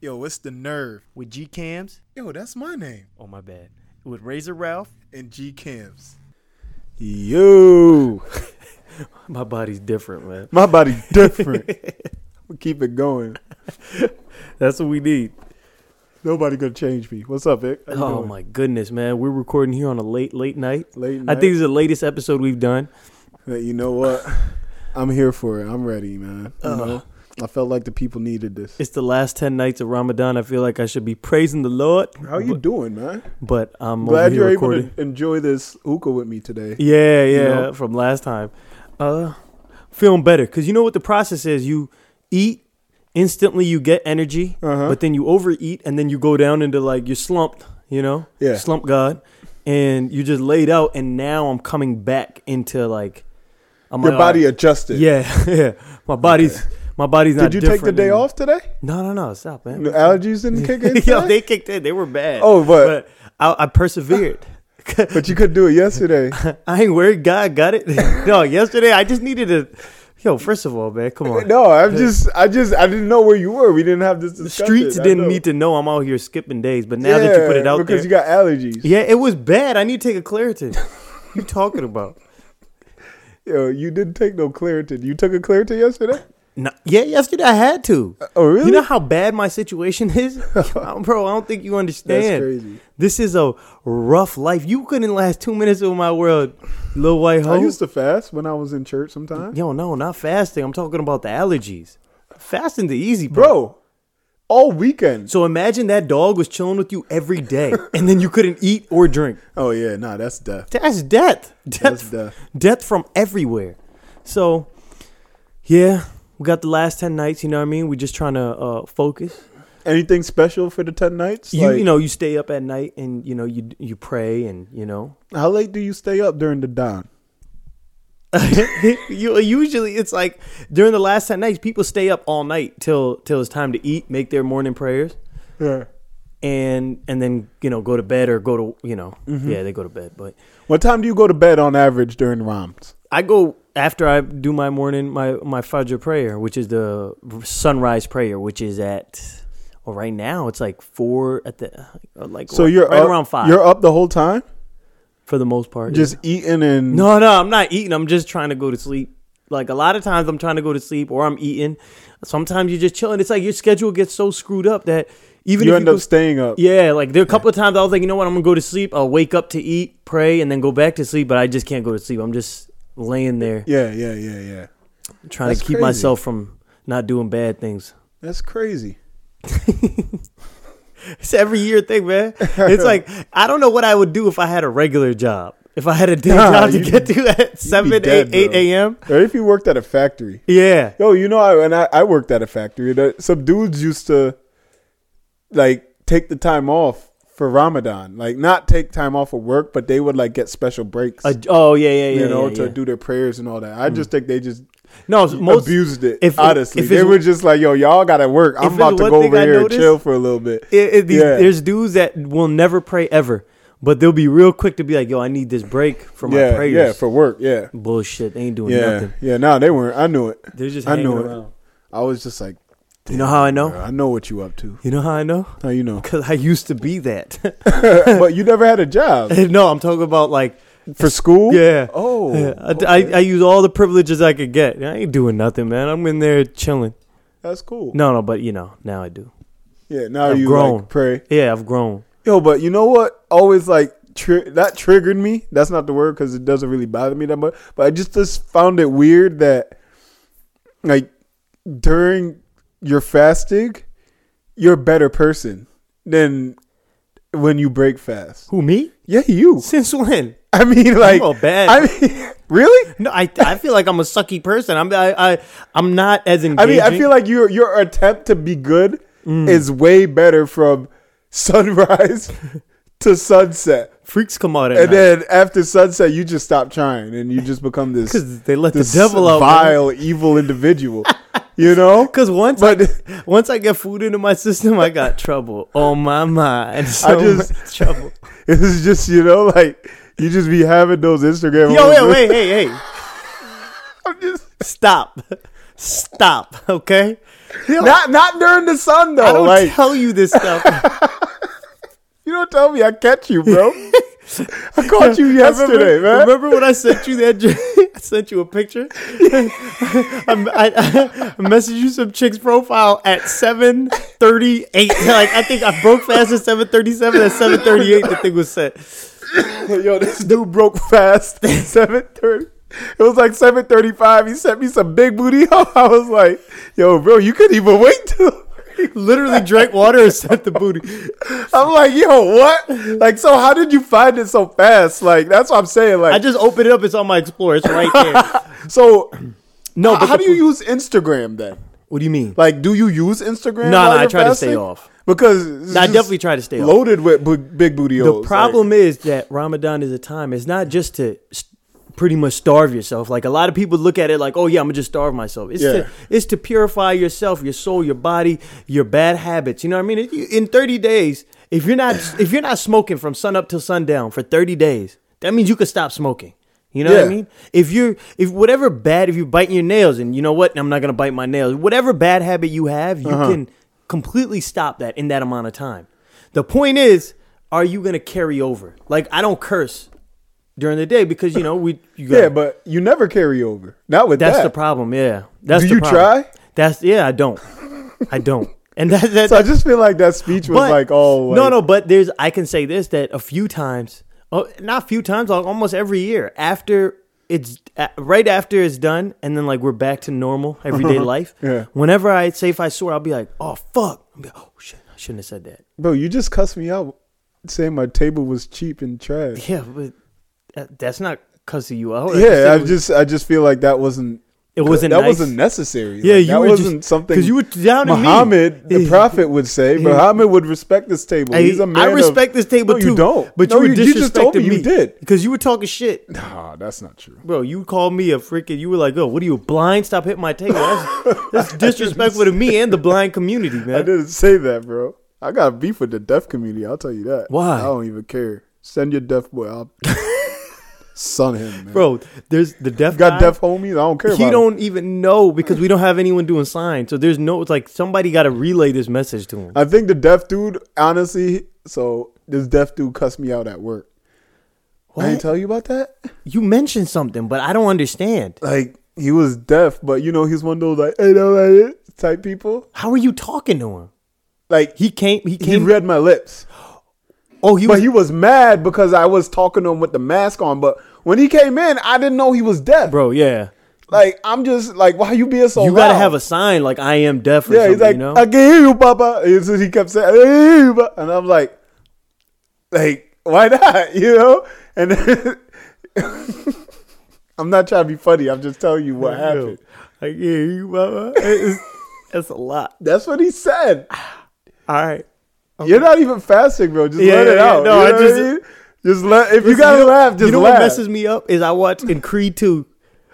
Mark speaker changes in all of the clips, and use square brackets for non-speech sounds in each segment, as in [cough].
Speaker 1: Yo, what's the nerve?
Speaker 2: with G Cams.
Speaker 1: Yo, that's my name.
Speaker 2: Oh my bad. With Razor Ralph.
Speaker 1: And G Camps. Yo,
Speaker 2: My body's different, man.
Speaker 1: my body's [laughs] different. I'ma keep it going.
Speaker 2: That's what we need.
Speaker 1: Nobody gonna change me. What's up, Vic? How you
Speaker 2: Oh
Speaker 1: doing?
Speaker 2: my goodness, man. We're recording here on a late, late night.
Speaker 1: Late
Speaker 2: I
Speaker 1: night.
Speaker 2: think this is the latest episode we've done.
Speaker 1: Hey, you know what? I'm here for it. I'm ready, man. You
Speaker 2: Ugh.
Speaker 1: know, I felt like the people needed this.
Speaker 2: It's the last ten nights of Ramadan. I feel like I should be praising the Lord.
Speaker 1: How you doing, man?
Speaker 2: But I'm
Speaker 1: Glad
Speaker 2: over here
Speaker 1: you're
Speaker 2: recording.
Speaker 1: able to enjoy this hookah with me today.
Speaker 2: [laughs] Yeah, yeah,
Speaker 1: know?
Speaker 2: from last time. Uh feeling better cuz you know what the process is, you eat instantly you get energy,
Speaker 1: Uh-huh.
Speaker 2: but then you overeat and then you go down into like you're slumped, you know?
Speaker 1: Yeah.
Speaker 2: Slump god and you just laid out and now I'm coming back into like I'm
Speaker 1: Your
Speaker 2: like,
Speaker 1: body
Speaker 2: all
Speaker 1: adjusted.
Speaker 2: right, Yeah, [laughs] yeah. My body's my body's not
Speaker 1: Did you take the
Speaker 2: different
Speaker 1: day
Speaker 2: than-
Speaker 1: off today?
Speaker 2: No, no, no, stop, man.
Speaker 1: The allergies
Speaker 2: [laughs]
Speaker 1: didn't kick in.
Speaker 2: Yo,
Speaker 1: today?
Speaker 2: they kicked in. They were bad.
Speaker 1: Oh, but-
Speaker 2: but I,
Speaker 1: [laughs]
Speaker 2: I persevered.
Speaker 1: but you could do it yesterday.
Speaker 2: I ain't worried. God got it. [laughs] no, yesterday I just needed to. Yo, first of all,
Speaker 1: [laughs]
Speaker 2: man, come on.
Speaker 1: No, I'm just, I just, I didn't know where you were. We didn't have this.
Speaker 2: the
Speaker 1: Discussion.
Speaker 2: streets
Speaker 1: I
Speaker 2: didn't
Speaker 1: know.
Speaker 2: need to know I'm out here skipping days, but now that you put it
Speaker 1: Yeah,
Speaker 2: out there,
Speaker 1: because you got allergies.
Speaker 2: yeah, it was bad. I need to take
Speaker 1: [laughs]
Speaker 2: a Claritin. you talking about?
Speaker 1: Yo, you didn't take no Claritin. You took a Claritin yesterday.
Speaker 2: No, yeah, yesterday I had to.
Speaker 1: Oh, really?
Speaker 2: You know how bad my situation [laughs] is,
Speaker 1: [laughs]
Speaker 2: bro. I don't think you understand.
Speaker 1: crazy.
Speaker 2: This is a rough life. You couldn't last two minutes in my world, little white hoe.
Speaker 1: I used to fast when I was in church sometimes.
Speaker 2: Yo, no, not fasting. I'm talking about the allergies. Fasting's the easy, part.
Speaker 1: Bro, all weekend.
Speaker 2: So imagine that dog was chilling with you every day, and then you couldn't eat or drink.
Speaker 1: Oh yeah, nah, that's death.
Speaker 2: That's death. Death. [laughs]
Speaker 1: That's death.
Speaker 2: Death from everywhere. So, yeah, we got the last ten nights. You know what I mean? We're just trying to uh, focus.
Speaker 1: Anything special for the ten nights?
Speaker 2: You
Speaker 1: Like,
Speaker 2: you know you stay up at night and you know you you pray and you know.
Speaker 1: how late do you stay up during the dawn?
Speaker 2: you usually it's like during the last ten nights people stay up all night till till it's time to eat, make their morning prayers.
Speaker 1: Yeah.
Speaker 2: And and then you know go to bed or go to you know yeah they go to bed but
Speaker 1: What time do you go to bed on average during Rams?
Speaker 2: I go after I do my morning my my Fajr prayer, which is the sunrise prayer, which is at well, right now it's like four at the uh, like
Speaker 1: So
Speaker 2: right,
Speaker 1: you're
Speaker 2: right
Speaker 1: up,
Speaker 2: around five
Speaker 1: You're up the whole time,
Speaker 2: for the most part.
Speaker 1: just eating and
Speaker 2: no, no, I'm not eating. I'm just trying to go to sleep. Like a lot of times I'm trying to go to sleep or I'm eating. Sometimes you're just chilling. It's like your schedule gets so screwed up that even
Speaker 1: you
Speaker 2: if
Speaker 1: end
Speaker 2: you
Speaker 1: up
Speaker 2: go-
Speaker 1: staying up.
Speaker 2: yeah, like there are a couple of times I was like, you know what, I'm gonna go to sleep. I'll wake up to eat, pray, and then go back to sleep. But I just can't go to sleep. I'm just laying there.
Speaker 1: Yeah, yeah, yeah, yeah.
Speaker 2: trying
Speaker 1: That's
Speaker 2: to keep
Speaker 1: crazy.
Speaker 2: myself from not doing bad things.
Speaker 1: That's crazy.
Speaker 2: [laughs] It's every year thing, man. It's like I don't know what I would do if I had a regular job. If I had a day [laughs]
Speaker 1: Nah,
Speaker 2: job to
Speaker 1: you'd
Speaker 2: get to at seven,
Speaker 1: dead,
Speaker 2: eight, eight
Speaker 1: bro.
Speaker 2: a.m.
Speaker 1: Or if you worked at a factory.
Speaker 2: Yeah,
Speaker 1: Yo, you know, I, and I, I worked at a factory. That some dudes used to like take the time off for Ramadan, like not take time off of work, but they would like get special breaks,
Speaker 2: A- oh yeah, yeah, yeah.
Speaker 1: you know,
Speaker 2: yeah,
Speaker 1: to
Speaker 2: yeah.
Speaker 1: do their prayers and all that. I just think they just
Speaker 2: no it's most
Speaker 1: abused it.
Speaker 2: if-
Speaker 1: honestly,
Speaker 2: if it's-
Speaker 1: they were just like, "Yo, y'all gotta work.
Speaker 2: if
Speaker 1: I'm
Speaker 2: it's
Speaker 1: about to
Speaker 2: one
Speaker 1: go
Speaker 2: thing
Speaker 1: over
Speaker 2: I
Speaker 1: here
Speaker 2: noticed-
Speaker 1: and chill for a little bit."
Speaker 2: it, it, these,
Speaker 1: Yeah.
Speaker 2: there's dudes that will never pray ever, but they'll be real quick to be like, "Yo, I need this break for my
Speaker 1: yeah,
Speaker 2: prayers."
Speaker 1: yeah, for work. Yeah,
Speaker 2: bullshit. They ain't doing
Speaker 1: yeah,
Speaker 2: nothing.
Speaker 1: yeah. No, they weren't. I knew it.
Speaker 2: They're just
Speaker 1: I
Speaker 2: hanging
Speaker 1: knew it.
Speaker 2: around.
Speaker 1: I was just like,
Speaker 2: You know how I know?
Speaker 1: "Bro, I know what you up to.
Speaker 2: You know how I know? [laughs]
Speaker 1: How you know?
Speaker 2: Because I used to be that. [laughs]
Speaker 1: but you never had a job
Speaker 2: no, I'm talking about like
Speaker 1: for school.
Speaker 2: Yeah.
Speaker 1: Oh,
Speaker 2: Yeah, I, I, I use all the privileges I could get. I ain't doing nothing, man. I'm in there chilling.
Speaker 1: That's cool.
Speaker 2: No, no, but you know, now I do.
Speaker 1: Yeah, now
Speaker 2: I've
Speaker 1: you
Speaker 2: grown.
Speaker 1: like pray.
Speaker 2: Yeah, I've grown.
Speaker 1: Yo, but you know what? Always like tri- that triggered me. That's not the word because it doesn't really bother me that much. But I just just found it weird that like during your fasting, you're a better person than when you break fast.
Speaker 2: Who me?
Speaker 1: Yeah, you. [laughs]
Speaker 2: Since when?
Speaker 1: I mean, like
Speaker 2: a bad-
Speaker 1: I mean, [laughs] really?
Speaker 2: No, I I feel like I'm a sucky person. I'm I, I I'm not as
Speaker 1: I
Speaker 2: engaging.
Speaker 1: mean, I feel like your your attempt to be good
Speaker 2: Mm.
Speaker 1: is way better from [laughs] sunrise to sunset.
Speaker 2: freaks come out at
Speaker 1: And
Speaker 2: night
Speaker 1: then after sunset, you just stop trying, and you just become this
Speaker 2: because they let the
Speaker 1: this
Speaker 2: devil out. man.
Speaker 1: vile, evil
Speaker 2: [laughs]
Speaker 1: individual. You know,
Speaker 2: 'Cause
Speaker 1: [laughs]
Speaker 2: once
Speaker 1: but
Speaker 2: I, once I get food into my system, I got trouble on my [laughs] mind. So
Speaker 1: just-
Speaker 2: much trouble.
Speaker 1: it's just you know, like you just be having those Instagram.
Speaker 2: [laughs] Yo, yo,
Speaker 1: moments.
Speaker 2: wait, hey, hey,
Speaker 1: [laughs] I'm just
Speaker 2: stop, stop, okay?
Speaker 1: not not during the sun though.
Speaker 2: I don't
Speaker 1: like
Speaker 2: tell you this stuff.
Speaker 1: you don't tell me I catch you, bro.
Speaker 2: [laughs]
Speaker 1: I caught you yesterday,
Speaker 2: remember,
Speaker 1: man.
Speaker 2: Remember when I sent you that? j- [laughs] I sent you a picture. I'm- I, I, I messaged you some chick's profile at seven thirty eight. [laughs] Like I think I broke fast at seven thirty seven. At seven thirty eight, the thing was set.
Speaker 1: [laughs] Yo,
Speaker 2: [laughs]
Speaker 1: this dude broke fast. Seven thirty. It was like seven thirty-five. He sent me some big booty. [laughs] I was like, "Yo, bro, you couldn't even wait till." [laughs]
Speaker 2: Literally drank water and sent the booty.
Speaker 1: I'm like, "Yo, what?" Like, so how did you find it so fast? Like, that's what I'm saying.
Speaker 2: I
Speaker 1: Like,
Speaker 2: just opened it up. It's on my Explorer. It's right
Speaker 1: [laughs]
Speaker 2: there.
Speaker 1: so
Speaker 2: No, but
Speaker 1: how
Speaker 2: the-
Speaker 1: do you use Instagram then?
Speaker 2: What do you mean?
Speaker 1: Like, do you use Instagram?
Speaker 2: No,
Speaker 1: while
Speaker 2: no, I
Speaker 1: you're
Speaker 2: try to stay
Speaker 1: fasting?
Speaker 2: off.
Speaker 1: because it's
Speaker 2: No, I
Speaker 1: just
Speaker 2: definitely try to stay off.
Speaker 1: loaded with bu- big booty.
Speaker 2: The problem is that Ramadan is a time. It's not just to s- pretty much starve yourself. Like a lot of people look at it like, oh yeah, I'm gonna just starve myself. It's
Speaker 1: Yeah.
Speaker 2: to it's to purify yourself, your soul, your body, your bad habits. You know what I mean? If you- In 30 days, if you're not if you're not smoking from sun up till sundown for 30 days, that means you could stop smoking. You know what I
Speaker 1: Yeah.
Speaker 2: mean? If you're if whatever bad if you're biting your nails and you know what I'm not gonna bite my nails whatever bad habit you have you
Speaker 1: Uh-huh.
Speaker 2: can completely stop that in that amount of time. The point is, are you gonna carry over? Like I don't curse during the day because you know we you
Speaker 1: yeah,
Speaker 2: gotta-
Speaker 1: but you never carry over. Not with
Speaker 2: that's
Speaker 1: that.
Speaker 2: the problem. Yeah, that's
Speaker 1: Do
Speaker 2: the
Speaker 1: you
Speaker 2: problem.
Speaker 1: try?
Speaker 2: That's yeah. I don't. I don't. And that,
Speaker 1: [laughs]
Speaker 2: that
Speaker 1: So I just feel like that speech was like, "Oh, like,
Speaker 2: no, no, but there's I can say this that a few times, oh, not a few times, like almost every year after it's uh, right after it's done, and then like we're back to normal
Speaker 1: [laughs]
Speaker 2: everyday life.
Speaker 1: Yeah.
Speaker 2: Whenever I say if I swear, I'll be like, oh fuck, I'll be like, oh shit, I shouldn't have said that.
Speaker 1: Bro, you just cussed me out saying my table was cheap and trash.
Speaker 2: Yeah, but that, that's not cussing you out.
Speaker 1: Yeah, I
Speaker 2: it, was,
Speaker 1: just I just feel like that wasn't
Speaker 2: it wasn't
Speaker 1: that
Speaker 2: nice.
Speaker 1: wasn't necessary.
Speaker 2: Yeah,
Speaker 1: Like,
Speaker 2: you
Speaker 1: that
Speaker 2: were
Speaker 1: wasn't
Speaker 2: just,
Speaker 1: something
Speaker 2: because you were down at me.
Speaker 1: Muhammad, the prophet, would say. Muhammad would respect this table.
Speaker 2: Hey,
Speaker 1: He's a man.
Speaker 2: I respect
Speaker 1: of,
Speaker 2: this table
Speaker 1: no,
Speaker 2: too.
Speaker 1: You don't.
Speaker 2: But
Speaker 1: No,
Speaker 2: you were disrespecting
Speaker 1: just told me,
Speaker 2: me.
Speaker 1: you did.
Speaker 2: because you were talking shit.
Speaker 1: Nah, that's not true.
Speaker 2: Bro, you called me a freaking. You were like, "Oh, what are you blind? Stop hitting my table." That's,
Speaker 1: [laughs]
Speaker 2: that's disrespectful to me and the blind community,
Speaker 1: I
Speaker 2: man.
Speaker 1: didn't say that, bro. I got beef with the deaf community. I'll tell you that.
Speaker 2: Why?
Speaker 1: I don't even care. Send your deaf boy.
Speaker 2: [laughs]
Speaker 1: I'll son him, man.
Speaker 2: Bro, there's the deaf
Speaker 1: got
Speaker 2: guy.
Speaker 1: deaf homies. I don't care.
Speaker 2: He
Speaker 1: about
Speaker 2: don't even know because we don't have anyone doing signs. So there's no. It's like somebody got to relay this message to him.
Speaker 1: I think the deaf dude, honestly, so this deaf dude cussed me out at work. I
Speaker 2: What?
Speaker 1: didn't tell you about that?
Speaker 2: You mentioned something, but I don't understand.
Speaker 1: Like, he was deaf, but you know, he's one of those like, hey, no, like it type people.
Speaker 2: How are you talking to him?
Speaker 1: Like, he,
Speaker 2: He came. He
Speaker 1: he
Speaker 2: came.
Speaker 1: read my lips.
Speaker 2: oh, he
Speaker 1: But
Speaker 2: was.
Speaker 1: he was mad because I was talking to him with the mask on. But when he came in, I didn't know he was deaf.
Speaker 2: bro, yeah.
Speaker 1: Like, I'm just like, why you being so
Speaker 2: You got to
Speaker 1: loud?
Speaker 2: have a sign like I am deaf. Or
Speaker 1: Oh, Yeah,
Speaker 2: something,
Speaker 1: he's like,
Speaker 2: you know?
Speaker 1: I can hear you, Papa. And so he kept saying, I can hear you, Pa-" and I'm like, like, why not? [laughs] You know? And then, I'm not trying to be funny. I'm just telling you what happened.
Speaker 2: I get you, mama. It's- [laughs] That's a lot.
Speaker 1: That's what he said.
Speaker 2: All right.
Speaker 1: You're not even fasting, bro. Just
Speaker 2: Yeah,
Speaker 1: let
Speaker 2: yeah,
Speaker 1: it
Speaker 2: yeah.
Speaker 1: out.
Speaker 2: No,
Speaker 1: You
Speaker 2: I
Speaker 1: know
Speaker 2: just-
Speaker 1: what mean? just let. If you
Speaker 2: Listen,
Speaker 1: gotta
Speaker 2: know-
Speaker 1: laugh, just
Speaker 2: you know
Speaker 1: laugh.
Speaker 2: what messes me up is I watch in Creed 2,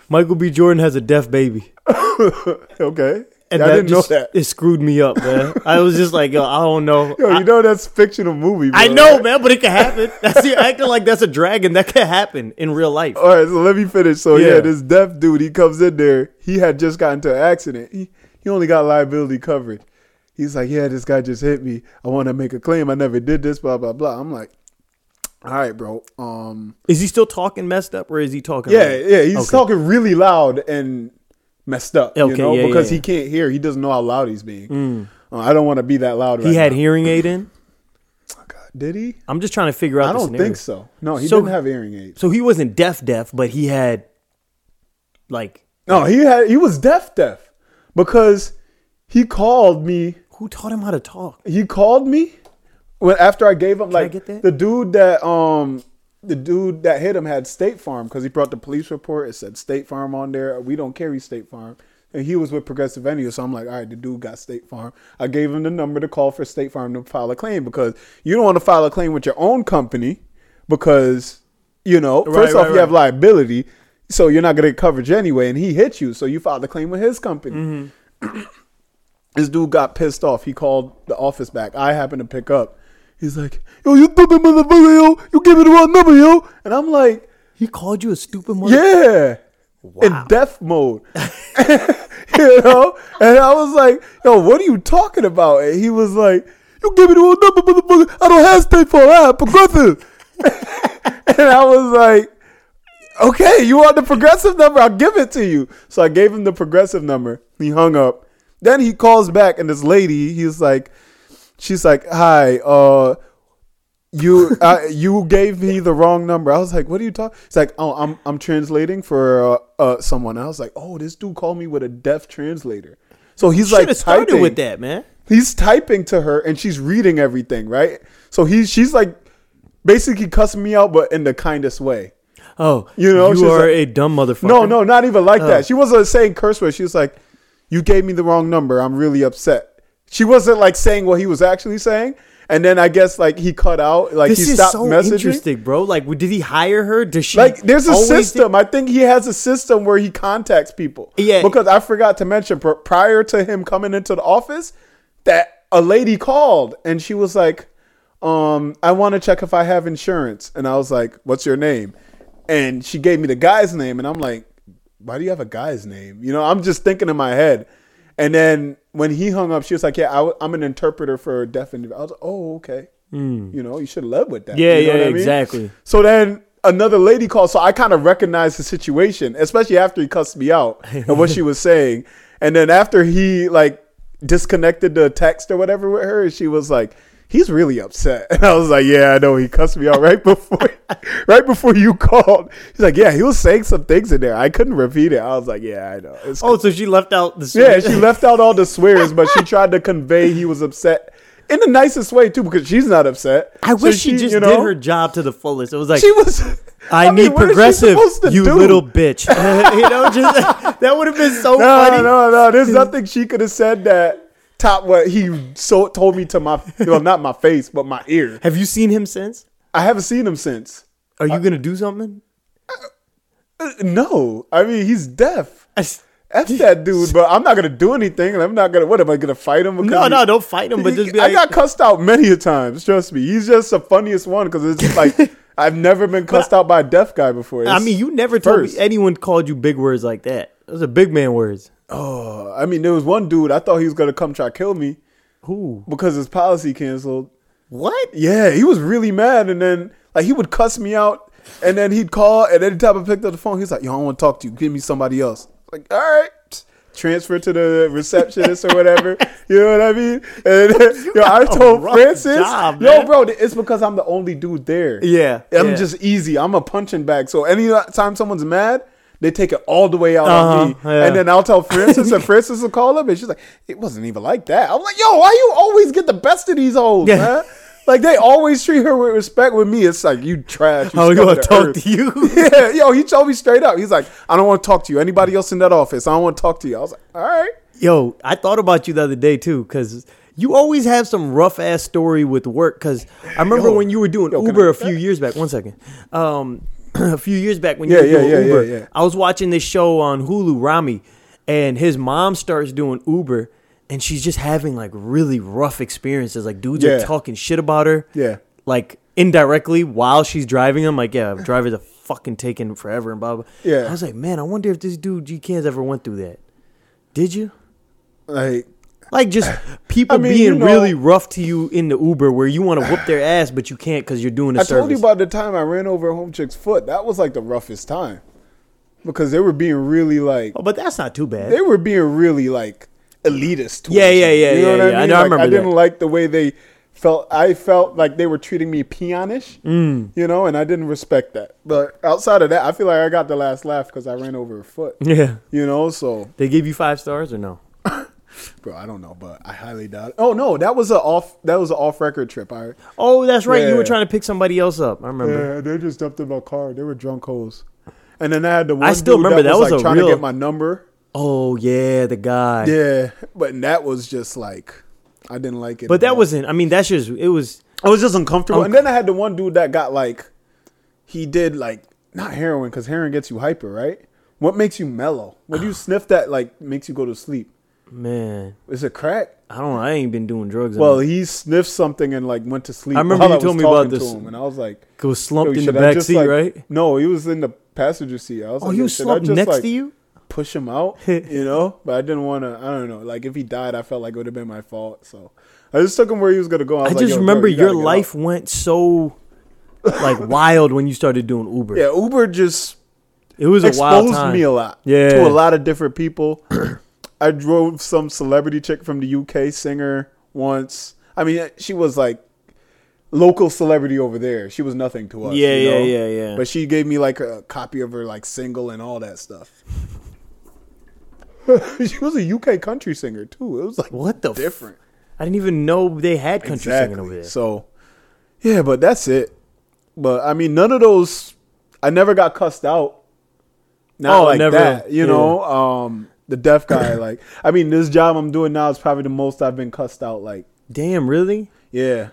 Speaker 2: Michael B. Jordan has a deaf baby.
Speaker 1: [laughs] okay,
Speaker 2: And
Speaker 1: I
Speaker 2: that
Speaker 1: didn't
Speaker 2: just-
Speaker 1: know
Speaker 2: [laughs]
Speaker 1: that.
Speaker 2: It screwed me up, man. I was just like, yo, I don't know.
Speaker 1: [laughs] Yo,
Speaker 2: I,
Speaker 1: you know that's fictional movie. Bro,
Speaker 2: I know,
Speaker 1: right?
Speaker 2: man, but it could happen. [laughs] That's you acting like that's a dragon. That could happen in real life.
Speaker 1: All right, so let me finish. So yeah.
Speaker 2: Yeah.
Speaker 1: this deaf dude, he comes in there. He had just gotten into an accident. He he only got liability coverage. He's like, yeah, this guy just hit me. I want to make a claim. I never did this. Blah blah blah. I'm like, all right, bro. Um,
Speaker 2: Is he still talking messed up or is he talking?
Speaker 1: yeah,
Speaker 2: like-
Speaker 1: yeah. He's
Speaker 2: Okay.
Speaker 1: talking really loud and messed up. you
Speaker 2: Okay,
Speaker 1: know,
Speaker 2: yeah, yeah,
Speaker 1: because
Speaker 2: yeah. Mm.
Speaker 1: he can't hear. He doesn't know how loud he's being. Uh, I don't want to be that loud.
Speaker 2: He
Speaker 1: right
Speaker 2: had
Speaker 1: now.
Speaker 2: hearing aid in?
Speaker 1: Oh, God, did he?
Speaker 2: I'm just trying to figure out
Speaker 1: I
Speaker 2: the
Speaker 1: don't
Speaker 2: scenario.
Speaker 1: think so. No, he
Speaker 2: So-
Speaker 1: didn't have hearing aids.
Speaker 2: So he wasn't deaf, deaf, but he had like
Speaker 1: No, he had. He was deaf, deaf, because he called me.
Speaker 2: who taught him how to talk?
Speaker 1: he called me when after I gave him
Speaker 2: I
Speaker 1: like
Speaker 2: get that?
Speaker 1: the dude that um the dude that hit him had State Farm because he brought the police report. It said State Farm on there. We don't carry State Farm. And he was with Progressive Venue, so I'm like, all right, the dude got State Farm. I gave him the number to call for State Farm to file a claim because you don't want to file a claim with your own company because you know first off
Speaker 2: right,
Speaker 1: you have
Speaker 2: right.
Speaker 1: liability, so you're not gonna get coverage anyway. And he hit you, so you filed a claim with his company
Speaker 2: Mm-hmm.
Speaker 1: [clears throat] this dude got pissed off. He called the office back. I happened to pick up. He's like, "Yo, you stupid motherfucker, yo! You gave me the wrong number, yo!" And I'm like,
Speaker 2: He called you a stupid mother.
Speaker 1: "Yeah." In deaf mode. [laughs] you know? And I was like, yo, what are you talking about? And he was like, you give me the wrong number, motherfucker. I don't hesitate for that. Progressive. [laughs] and I was like, okay, you want the progressive number? I'll give it to you. So I gave him the progressive number. He hung up. Then he calls back, and this lady, he's like, she's like, hi, uh, you uh, you gave me the wrong number. I was like, what are you talking? It's like, oh, I'm I'm translating for uh, uh, someone. I was like, oh, this dude called me with a deaf translator. So he's
Speaker 2: Should
Speaker 1: like,
Speaker 2: have started
Speaker 1: typing
Speaker 2: with that, man.
Speaker 1: he's typing to her and she's reading everything, right? So he she's like basically cussing me out, but in the kindest way.
Speaker 2: Oh,
Speaker 1: You know, she's
Speaker 2: you are
Speaker 1: like-
Speaker 2: a dumb motherfucker.
Speaker 1: No,
Speaker 2: Oh.
Speaker 1: no, not even like that. She wasn't saying curse words. She was like, "You gave me the wrong number. I'm really upset." She wasn't like saying what he was actually saying. And then I guess like he cut out, like
Speaker 2: this
Speaker 1: he
Speaker 2: is
Speaker 1: stopped
Speaker 2: so
Speaker 1: messaging.
Speaker 2: interesting, bro. Like, w- did he hire her? Does she
Speaker 1: Like there's a
Speaker 2: always do-
Speaker 1: system. I think he has a system where he contacts people.
Speaker 2: Yeah.
Speaker 1: Because I forgot to mention pr- prior to him coming into the office that a lady called and she was like, "Um, I want to check if I have insurance." And I was like, "What's your name?" And she gave me the guy's name and I'm like, "Why do you have a guy's name?" You know, I'm just thinking in my head. And then when he hung up, she was like, "Yeah, I w- I'm an interpreter for deaf and." I was like, "Oh, okay." You know, you should have led with that.
Speaker 2: Hmm. Yeah,
Speaker 1: You know
Speaker 2: yeah,
Speaker 1: what I mean?
Speaker 2: exactly.
Speaker 1: So then another lady called. So I kind of recognized the situation, especially after he cussed me
Speaker 2: [laughs]
Speaker 1: out and what she was saying. And then after he like disconnected the text or whatever with her, she was like, "He's really upset." [laughs] And I was like, "Yeah, I know. He cussed me out right before, [laughs] right before you called." He's like, "Yeah, he was saying some things in there. I couldn't repeat it." I was like, "Yeah, I know." It's
Speaker 2: Oh, so she left out the.
Speaker 1: yeah,
Speaker 2: [laughs]
Speaker 1: she left out all the swears, but she tried to convey he was upset in the nicest way too, because she's not upset.
Speaker 2: I
Speaker 1: So
Speaker 2: wish she, just
Speaker 1: you
Speaker 2: did
Speaker 1: know,
Speaker 2: her job to the fullest. It was
Speaker 1: [laughs]
Speaker 2: like
Speaker 1: She was.
Speaker 2: I,
Speaker 1: mean,
Speaker 2: need
Speaker 1: what is she
Speaker 2: progressive,
Speaker 1: supposed to
Speaker 2: you
Speaker 1: do?
Speaker 2: little bitch. [laughs] you know, just [laughs] that would have been so
Speaker 1: [laughs] No,
Speaker 2: funny.
Speaker 1: no, no. There's nothing she could have said that top what he so told me to my well, not my face, but my ear.
Speaker 2: Have you seen him since?
Speaker 1: I haven't seen him since.
Speaker 2: Are you gonna do something?
Speaker 1: Uh, No, I mean he's deaf.
Speaker 2: [laughs] I s-
Speaker 1: F that dude, but I'm not gonna do anything. and I'm not gonna. What am I gonna fight him? because
Speaker 2: No,
Speaker 1: he-
Speaker 2: no, don't fight him, but just be
Speaker 1: I
Speaker 2: like,
Speaker 1: got cussed out many a times. Trust me, he's just the funniest one because it's just
Speaker 2: [laughs]
Speaker 1: like I've never been cussed out by a deaf guy before.
Speaker 2: I
Speaker 1: It's-
Speaker 2: mean, you never told
Speaker 1: first.
Speaker 2: me anyone called you big words like that. Those are big man words.
Speaker 1: oh, I mean, there was one dude I thought he was gonna come try to kill me
Speaker 2: Who?
Speaker 1: because his policy canceled.
Speaker 2: What?
Speaker 1: Yeah, he was really mad, and then like he would cuss me out, and then he'd call, and every time I picked up the phone, he's like, "Yo, I don't want to talk to you. Give me somebody else." Like, all right. Transfer to the receptionist or
Speaker 2: [laughs]
Speaker 1: whatever. You know what I mean? And then, yo, I
Speaker 2: got a
Speaker 1: told
Speaker 2: rough
Speaker 1: Francis,
Speaker 2: job,
Speaker 1: yo,
Speaker 2: man."
Speaker 1: bro, it's because I'm the only dude there.
Speaker 2: Yeah,
Speaker 1: I'm
Speaker 2: yeah.
Speaker 1: just easy. I'm a punching bag. So any time someone's mad, they take it all the way out
Speaker 2: Uh-huh,
Speaker 1: on me.
Speaker 2: yeah.
Speaker 1: And then I'll tell Francis,
Speaker 2: [laughs]
Speaker 1: and Francis will call up, and she's like, "It wasn't even like that." I'm like, "Yo, why you always get the best of these hoes,
Speaker 2: Yeah.
Speaker 1: man?" Like they always treat her with respect. With me, it's like you trash. You
Speaker 2: How Oh, you
Speaker 1: scum of
Speaker 2: gonna
Speaker 1: the
Speaker 2: talk
Speaker 1: earth." [laughs]
Speaker 2: to you?
Speaker 1: Yeah, yo, he told me straight up. He's like, "I don't want to talk to you. Anybody else in that office? I don't want to talk to you." I was like, "All right."
Speaker 2: Yo, I thought about you the other day too, because you always have some rough ass story with work. Because I remember
Speaker 1: Yo.
Speaker 2: when you were doing
Speaker 1: Yo, can
Speaker 2: Uber
Speaker 1: I-
Speaker 2: a few years back. One second, um, [clears throat] a few years back when
Speaker 1: Yeah,
Speaker 2: you were
Speaker 1: yeah,
Speaker 2: doing
Speaker 1: yeah,
Speaker 2: Uber,
Speaker 1: yeah, yeah.
Speaker 2: I was watching this show on Hulu, Rami, and his mom starts doing Uber, and she's just having like really rough experiences. Like dudes are
Speaker 1: Yeah.
Speaker 2: talking shit about her,
Speaker 1: Yeah.
Speaker 2: like indirectly while she's driving them. Like, yeah, drivers are fucking taking forever and blah blah.
Speaker 1: Yeah.
Speaker 2: I was like, man, I wonder if this dude G Cans ever went through that. Did you?
Speaker 1: Like, [laughs]
Speaker 2: Like just people
Speaker 1: mean,
Speaker 2: being
Speaker 1: you know-
Speaker 2: really rough to you in the Uber where you want to whoop their ass but you can't because you're doing a
Speaker 1: I
Speaker 2: service.
Speaker 1: told you about the time I ran over a home chick's foot. That was like the roughest time because they were being really like
Speaker 2: oh, but that's not too bad.
Speaker 1: they were being really like elitist. towards
Speaker 2: Yeah, yeah,
Speaker 1: me.
Speaker 2: yeah, yeah, yeah. I know, I
Speaker 1: Like,
Speaker 2: remember
Speaker 1: I didn't
Speaker 2: that.
Speaker 1: like the way they felt. I felt like they were treating me peonish,
Speaker 2: Mm.
Speaker 1: you know, and I didn't respect that. But outside of that, I feel like I got the last laugh because I ran over a foot.
Speaker 2: yeah.
Speaker 1: You know, so
Speaker 2: They gave you five stars or no?
Speaker 1: bro, I don't know, but I highly doubt. It. Oh no, that was a off. That was an off record trip. I
Speaker 2: Oh, that's right. You
Speaker 1: Yeah.
Speaker 2: were trying to pick somebody else up. I remember.
Speaker 1: yeah, they just dumped in my car. They were drunk hoes, and then I had the one.
Speaker 2: still
Speaker 1: dude
Speaker 2: remember, that was
Speaker 1: like
Speaker 2: a
Speaker 1: trying
Speaker 2: real-
Speaker 1: to get my number.
Speaker 2: Oh yeah, the guy.
Speaker 1: Yeah, but that was just like I didn't like it.
Speaker 2: But
Speaker 1: at
Speaker 2: that
Speaker 1: all.
Speaker 2: wasn't I mean that's just it was
Speaker 1: I was just uncomfortable.
Speaker 2: Unc-
Speaker 1: and then I had the one dude that got like, he did like not heroin because heroin gets you hyper, right? What makes you mellow? What do
Speaker 2: [sighs]
Speaker 1: you sniff that like makes you go to sleep?
Speaker 2: man,
Speaker 1: Is it crack?
Speaker 2: I don't know. I ain't been doing drugs. in [laughs]
Speaker 1: Well,
Speaker 2: a-
Speaker 1: he sniffed something and like went to sleep.
Speaker 2: I remember
Speaker 1: while
Speaker 2: you
Speaker 1: was
Speaker 2: told me about
Speaker 1: talking to
Speaker 2: this.
Speaker 1: him, and I was like,
Speaker 2: He was slumped
Speaker 1: "Yo,
Speaker 2: in the
Speaker 1: should I
Speaker 2: back
Speaker 1: just,
Speaker 2: seat,
Speaker 1: like-"
Speaker 2: right?
Speaker 1: No, he was in the passenger seat. I was
Speaker 2: Oh,
Speaker 1: like,
Speaker 2: he
Speaker 1: "Yo,
Speaker 2: was
Speaker 1: should I
Speaker 2: slumped
Speaker 1: just,
Speaker 2: next
Speaker 1: like,
Speaker 2: to [laughs] you?
Speaker 1: push him out, you know. But I didn't want to. I don't know. Like if he died, I felt like it would have been my fault. So I just took him where he was gonna go.
Speaker 2: I
Speaker 1: was like,
Speaker 2: just
Speaker 1: "Yo, bro,
Speaker 2: remember
Speaker 1: you
Speaker 2: your
Speaker 1: gotta get
Speaker 2: life went
Speaker 1: [laughs]
Speaker 2: so like wild when you started doing Uber.
Speaker 1: out." Yeah, Uber just
Speaker 2: It was a wild
Speaker 1: exposed
Speaker 2: time.
Speaker 1: me a lot.
Speaker 2: Yeah.
Speaker 1: to a lot of different people. [clears throat] I drove some celebrity chick from the UK singer once. I mean, she was like local celebrity over there. She was nothing to us.
Speaker 2: Yeah,
Speaker 1: you know?
Speaker 2: yeah, yeah, yeah.
Speaker 1: But she gave me like a copy of her like single and all that stuff. [laughs] she was a UK country singer too. It was like
Speaker 2: What the f-
Speaker 1: different.
Speaker 2: I didn't even know they had country singing over there.
Speaker 1: So, yeah, but that's it. But I mean, none of those. I never got cussed out. Not
Speaker 2: Oh,
Speaker 1: like
Speaker 2: never.
Speaker 1: that, you
Speaker 2: Yeah.
Speaker 1: know. Um, the deaf
Speaker 2: [coughs]
Speaker 1: guy, like, I mean, this job I'm doing now is probably the most I've been cussed out. Like,
Speaker 2: Damn, really?
Speaker 1: yeah.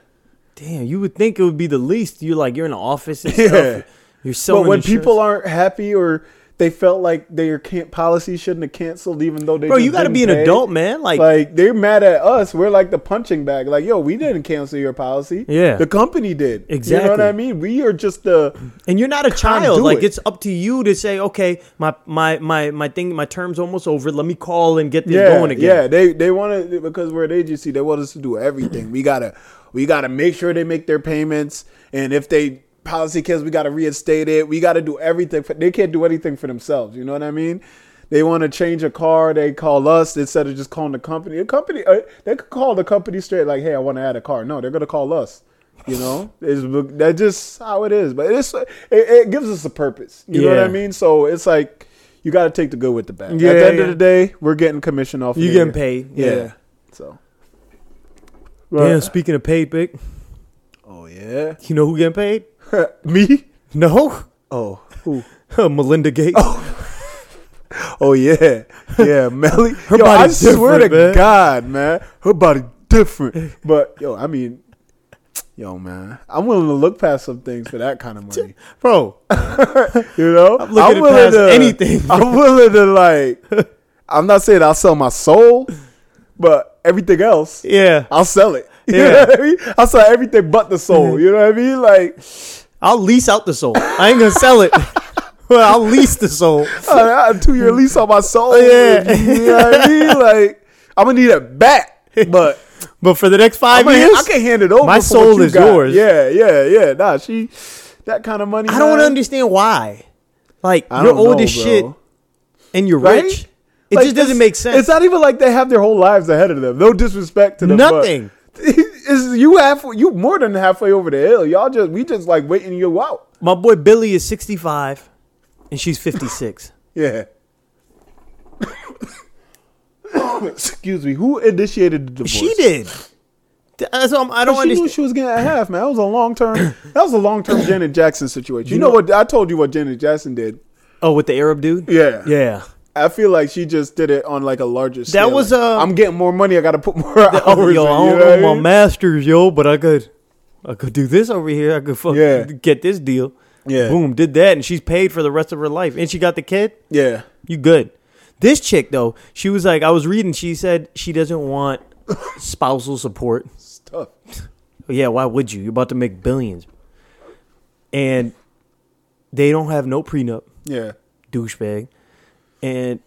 Speaker 2: Damn, you would think it would be the least. You're like you're in the office
Speaker 1: [laughs]
Speaker 2: and
Speaker 1: Yeah.
Speaker 2: stuff. You're selling.
Speaker 1: but when
Speaker 2: insurance.
Speaker 1: people aren't happy or they felt like their can't policy shouldn't have canceled, even though they
Speaker 2: bro,
Speaker 1: just
Speaker 2: you got to
Speaker 1: didn't
Speaker 2: be an
Speaker 1: pay,
Speaker 2: adult, man. Like,
Speaker 1: Like they're mad at us. We're like the punching bag. Like, yo, we didn't cancel your policy.
Speaker 2: Yeah.
Speaker 1: the company did. You know what
Speaker 2: Exactly.
Speaker 1: I mean? We are just the
Speaker 2: and you're not a
Speaker 1: do
Speaker 2: child. Like,
Speaker 1: it.
Speaker 2: it's up to you to say, okay, my my my my thing, my term's almost over. Let me call and get this
Speaker 1: yeah,
Speaker 2: going again.
Speaker 1: Yeah, they they want to because we're an agency. They want us to do everything. we gotta we gotta make sure they make their payments, and if they policy kids, we gotta reinstate it. We gotta do everything. For, they can't do anything for themselves. You know what I mean? They want to change a car. They call us instead of just calling the company. The company uh, they could call the company straight like, "Hey, I want to add a car." No, they're gonna call us. You know, it's, that's just how it is. But it's it, it gives us a purpose. You know what I
Speaker 2: Yeah.
Speaker 1: mean? So it's like you got to take the good with the bad.
Speaker 2: Yeah,
Speaker 1: At the end
Speaker 2: yeah.
Speaker 1: of the day, we're getting commission off.
Speaker 2: You
Speaker 1: of
Speaker 2: getting
Speaker 1: it.
Speaker 2: paid, yeah.
Speaker 1: So.
Speaker 2: Damn, speaking of paid, big,
Speaker 1: Oh yeah.
Speaker 2: you know who getting paid?
Speaker 1: [laughs] Me?
Speaker 2: No, [laughs]
Speaker 1: Oh. Who?
Speaker 2: Melinda Gates.
Speaker 1: Oh yeah. [laughs] Yeah, Melly.
Speaker 2: Her
Speaker 1: yo, I
Speaker 2: body's
Speaker 1: swear to
Speaker 2: different, man.
Speaker 1: God, man. Her body [laughs] different. But yo, I mean, yo, man, I'm willing to look past some things for that kind of money.
Speaker 2: bro,
Speaker 1: [laughs] You know,
Speaker 2: I'm looking at past anything.
Speaker 1: [laughs] I'm willing to like. [laughs] I'm not saying I'll sell my soul, but everything else,
Speaker 2: yeah,
Speaker 1: I'll sell it. You know
Speaker 2: Yeah. Mm-hmm.
Speaker 1: what I mean? I'll sell everything but the soul. You know what I mean? Like,
Speaker 2: I'll lease out the soul. I ain't gonna sell it. [laughs] Well, I'll lease the soul.
Speaker 1: uh, a two year lease on my soul.
Speaker 2: Yeah.
Speaker 1: You know what I
Speaker 2: [laughs]
Speaker 1: mean? Like, I'm gonna need it back, but
Speaker 2: But for the next 5
Speaker 1: I'm gonna- i
Speaker 2: years,
Speaker 1: can hand it over.
Speaker 2: My
Speaker 1: for
Speaker 2: soul
Speaker 1: what you
Speaker 2: is
Speaker 1: got.
Speaker 2: yours.
Speaker 1: Yeah, yeah, yeah. Nah, she that kind of money.
Speaker 2: I don't
Speaker 1: man,
Speaker 2: understand why. Like
Speaker 1: I
Speaker 2: you're
Speaker 1: don't
Speaker 2: old
Speaker 1: know,
Speaker 2: as shit
Speaker 1: bro.
Speaker 2: and you're
Speaker 1: Right?
Speaker 2: rich. It
Speaker 1: Like,
Speaker 2: just doesn't
Speaker 1: it's-
Speaker 2: make sense.
Speaker 1: It's not even like they have their whole lives ahead of them. No disrespect to them. but-
Speaker 2: Nothing.
Speaker 1: [laughs] It's, you half you more than halfway over the hill. Y'all just we just like waiting you out.
Speaker 2: My boy Billy is 65 and she's
Speaker 1: [laughs]
Speaker 2: 56.
Speaker 1: Yeah. [coughs] Excuse me. Who initiated the divorce?
Speaker 2: she did. Th- That's what I'm, I don't
Speaker 1: She knew
Speaker 2: understand.
Speaker 1: she was getting a half, man. That was a long term.
Speaker 2: [coughs]
Speaker 1: That was a long term Janet Jackson situation. You,
Speaker 2: You
Speaker 1: know,
Speaker 2: know-
Speaker 1: what? I told you what Janet Jackson did.
Speaker 2: Oh, with the Arab dude?
Speaker 1: Yeah, [laughs]
Speaker 2: Yeah.
Speaker 1: I feel like she just did it on like a larger scale.
Speaker 2: was,
Speaker 1: Like,
Speaker 2: uh,
Speaker 1: I'm getting more money. I got to put more hours. in,
Speaker 2: Oh, yo, I
Speaker 1: you
Speaker 2: don't
Speaker 1: know what I
Speaker 2: know my
Speaker 1: mean?
Speaker 2: masters, yo, but I could I could do this over here. I could fuck,
Speaker 1: Yeah.
Speaker 2: get this deal.
Speaker 1: Yeah.
Speaker 2: Boom, did that and she's paid for the rest of her life. And she got the kid?
Speaker 1: Yeah,
Speaker 2: You good. This chick though, she was like, I was reading, she said she doesn't
Speaker 1: [laughs]
Speaker 2: want spousal support.
Speaker 1: it's tough.
Speaker 2: Yeah, why would you? You're about to make billions. And they don't have no prenup,
Speaker 1: Yeah,
Speaker 2: douchebag. And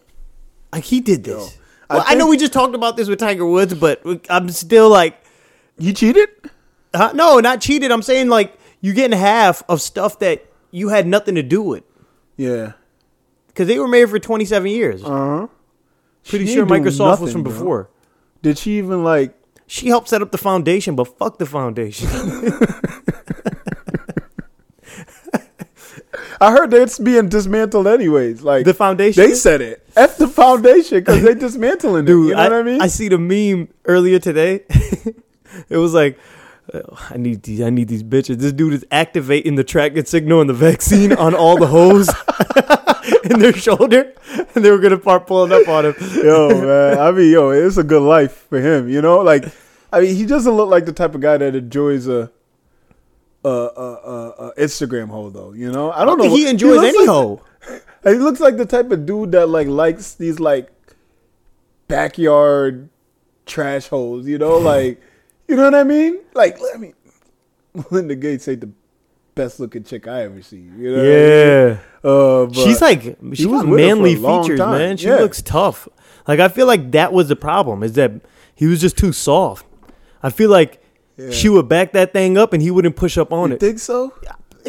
Speaker 2: like he did this.
Speaker 1: Yo, I
Speaker 2: well, I, know
Speaker 1: think-
Speaker 2: we just talked about this with Tiger Woods, but I'm still like,
Speaker 1: you cheated.
Speaker 2: huh? no, not cheated. I'm saying like you getting half of stuff that you had nothing to do with
Speaker 1: Yeah,
Speaker 2: because they were married for 27 years. Pretty
Speaker 1: Uh-huh. She
Speaker 2: sure
Speaker 1: didn't do
Speaker 2: Microsoft was
Speaker 1: nothing,
Speaker 2: from
Speaker 1: bro.
Speaker 2: before.
Speaker 1: Did she even like?
Speaker 2: She helped set up the foundation, but fuck the foundation.
Speaker 1: I heard that it's being dismantled anyways. Like
Speaker 2: The foundation
Speaker 1: They
Speaker 2: is-
Speaker 1: said it. F the foundation because they dismantling it. You know what I mean?
Speaker 2: see the meme earlier today. [laughs] it was like, oh, I need these, I need these bitches. This dude is activating the tracking signal and the vaccine on all the hoes [laughs] in their shoulder, [laughs] and they were gonna start pulling up on him.
Speaker 1: yo, man. I mean, yo, it's a good life for him. You know, like, I mean, he doesn't look like the type of guy that enjoys a, a, a, a, a Instagram hoe, though. You know, I
Speaker 2: I
Speaker 1: don't,
Speaker 2: don't
Speaker 1: know.
Speaker 2: think he enjoys
Speaker 1: looks
Speaker 2: any
Speaker 1: like-
Speaker 2: hoe.
Speaker 1: He looks like the type of dude that like likes these like backyard trash holes. You know, like, you know what I mean? Like, I mean, Melinda Gates ain't the best looking chick I ever seen. You know what I mean?
Speaker 2: Yeah.
Speaker 1: Uh, but
Speaker 2: She's like she's
Speaker 1: was
Speaker 2: got
Speaker 1: with her for a
Speaker 2: manly
Speaker 1: long
Speaker 2: features,
Speaker 1: time,
Speaker 2: man. She
Speaker 1: yeah.
Speaker 2: looks tough. Like I feel like that was the problem is that he was just too soft. I feel like
Speaker 1: Yeah.
Speaker 2: she would back that thing up and he wouldn't push up on
Speaker 1: you
Speaker 2: it.
Speaker 1: think so?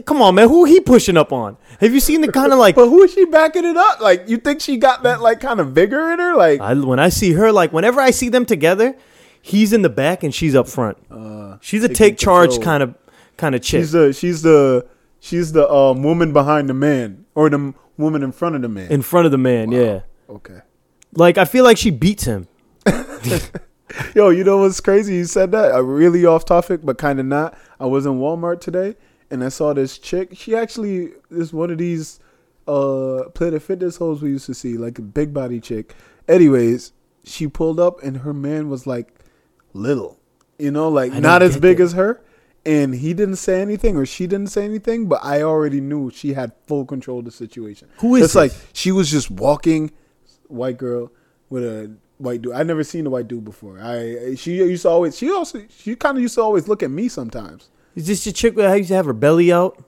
Speaker 2: Come on, man. Who he pushing up on? Have you seen the
Speaker 1: [laughs]
Speaker 2: kind of like
Speaker 1: But who is she backing it up? Like you think she got that like kind of vigor in her? Like
Speaker 2: I, when I see her, like whenever I see them together, he's in the back and she's up front. she's a
Speaker 1: taking
Speaker 2: take charge
Speaker 1: control.
Speaker 2: kind of kind of chick.
Speaker 1: she's the she's the she's the um, woman behind the man or the m- woman in front of the man.
Speaker 2: in front of the man, yeah.
Speaker 1: okay.
Speaker 2: Like I feel like she beats him.
Speaker 1: Yo, you know what's crazy? You said that. I really off topic, but kind of not. I was in Walmart today, and I saw this chick. She actually is one of these uh Planet Fitness hoes we used to see, like a big body chick. Anyways, she pulled up, and her man was like little, you know, like
Speaker 2: don't
Speaker 1: not as
Speaker 2: get
Speaker 1: big
Speaker 2: that.
Speaker 1: as her. And he didn't say anything, or she didn't say anything, but I already knew she had full control of the situation.
Speaker 2: Who is
Speaker 1: It's
Speaker 2: this?
Speaker 1: like she was just walking, white girl with a white dude. I never seen a white dude before. I she used to always she also she kind of used to always look at me sometimes.
Speaker 2: Is this the chick that used to have her belly out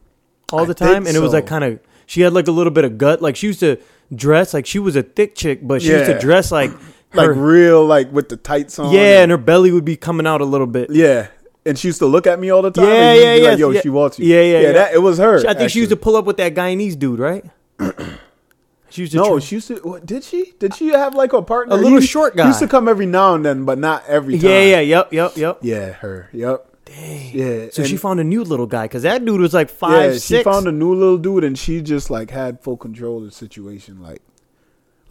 Speaker 2: all
Speaker 1: I
Speaker 2: the
Speaker 1: think
Speaker 2: time? And it was like
Speaker 1: so.
Speaker 2: kind of she had like a little bit of gut. Like she used to dress like she was a thick chick, but she used to
Speaker 1: Yeah. [clears throat]
Speaker 2: dress like
Speaker 1: Like
Speaker 2: her,
Speaker 1: real like with the tights on.
Speaker 2: yeah, and her belly would be coming out a little bit.
Speaker 1: yeah. And she used to look at me all the time.
Speaker 2: Yeah,
Speaker 1: and you'd
Speaker 2: yeah,
Speaker 1: be
Speaker 2: yeah,
Speaker 1: Like, Yo,
Speaker 2: yeah.
Speaker 1: she wants you.
Speaker 2: Yeah, yeah, yeah.
Speaker 1: That, it was her.
Speaker 2: She- I think she used to
Speaker 1: actually.
Speaker 2: pull up with that Guyanese
Speaker 1: [clears throat]
Speaker 2: dude, right? she used to
Speaker 1: No,
Speaker 2: tr-
Speaker 1: she used to. What, did she? Did she have like a partner?
Speaker 2: A little
Speaker 1: He-
Speaker 2: short
Speaker 1: he
Speaker 2: guy.
Speaker 1: Used to come every now and then, but not every time.
Speaker 2: yeah, yeah, yep, yep, yep.
Speaker 1: yeah. Her. Yep. Dang. Yeah.
Speaker 2: So she
Speaker 1: and-
Speaker 2: found a new little guy because that dude was like five,
Speaker 1: yeah,
Speaker 2: six.
Speaker 1: she found a new little dude, and she just like had full control of the situation. Like,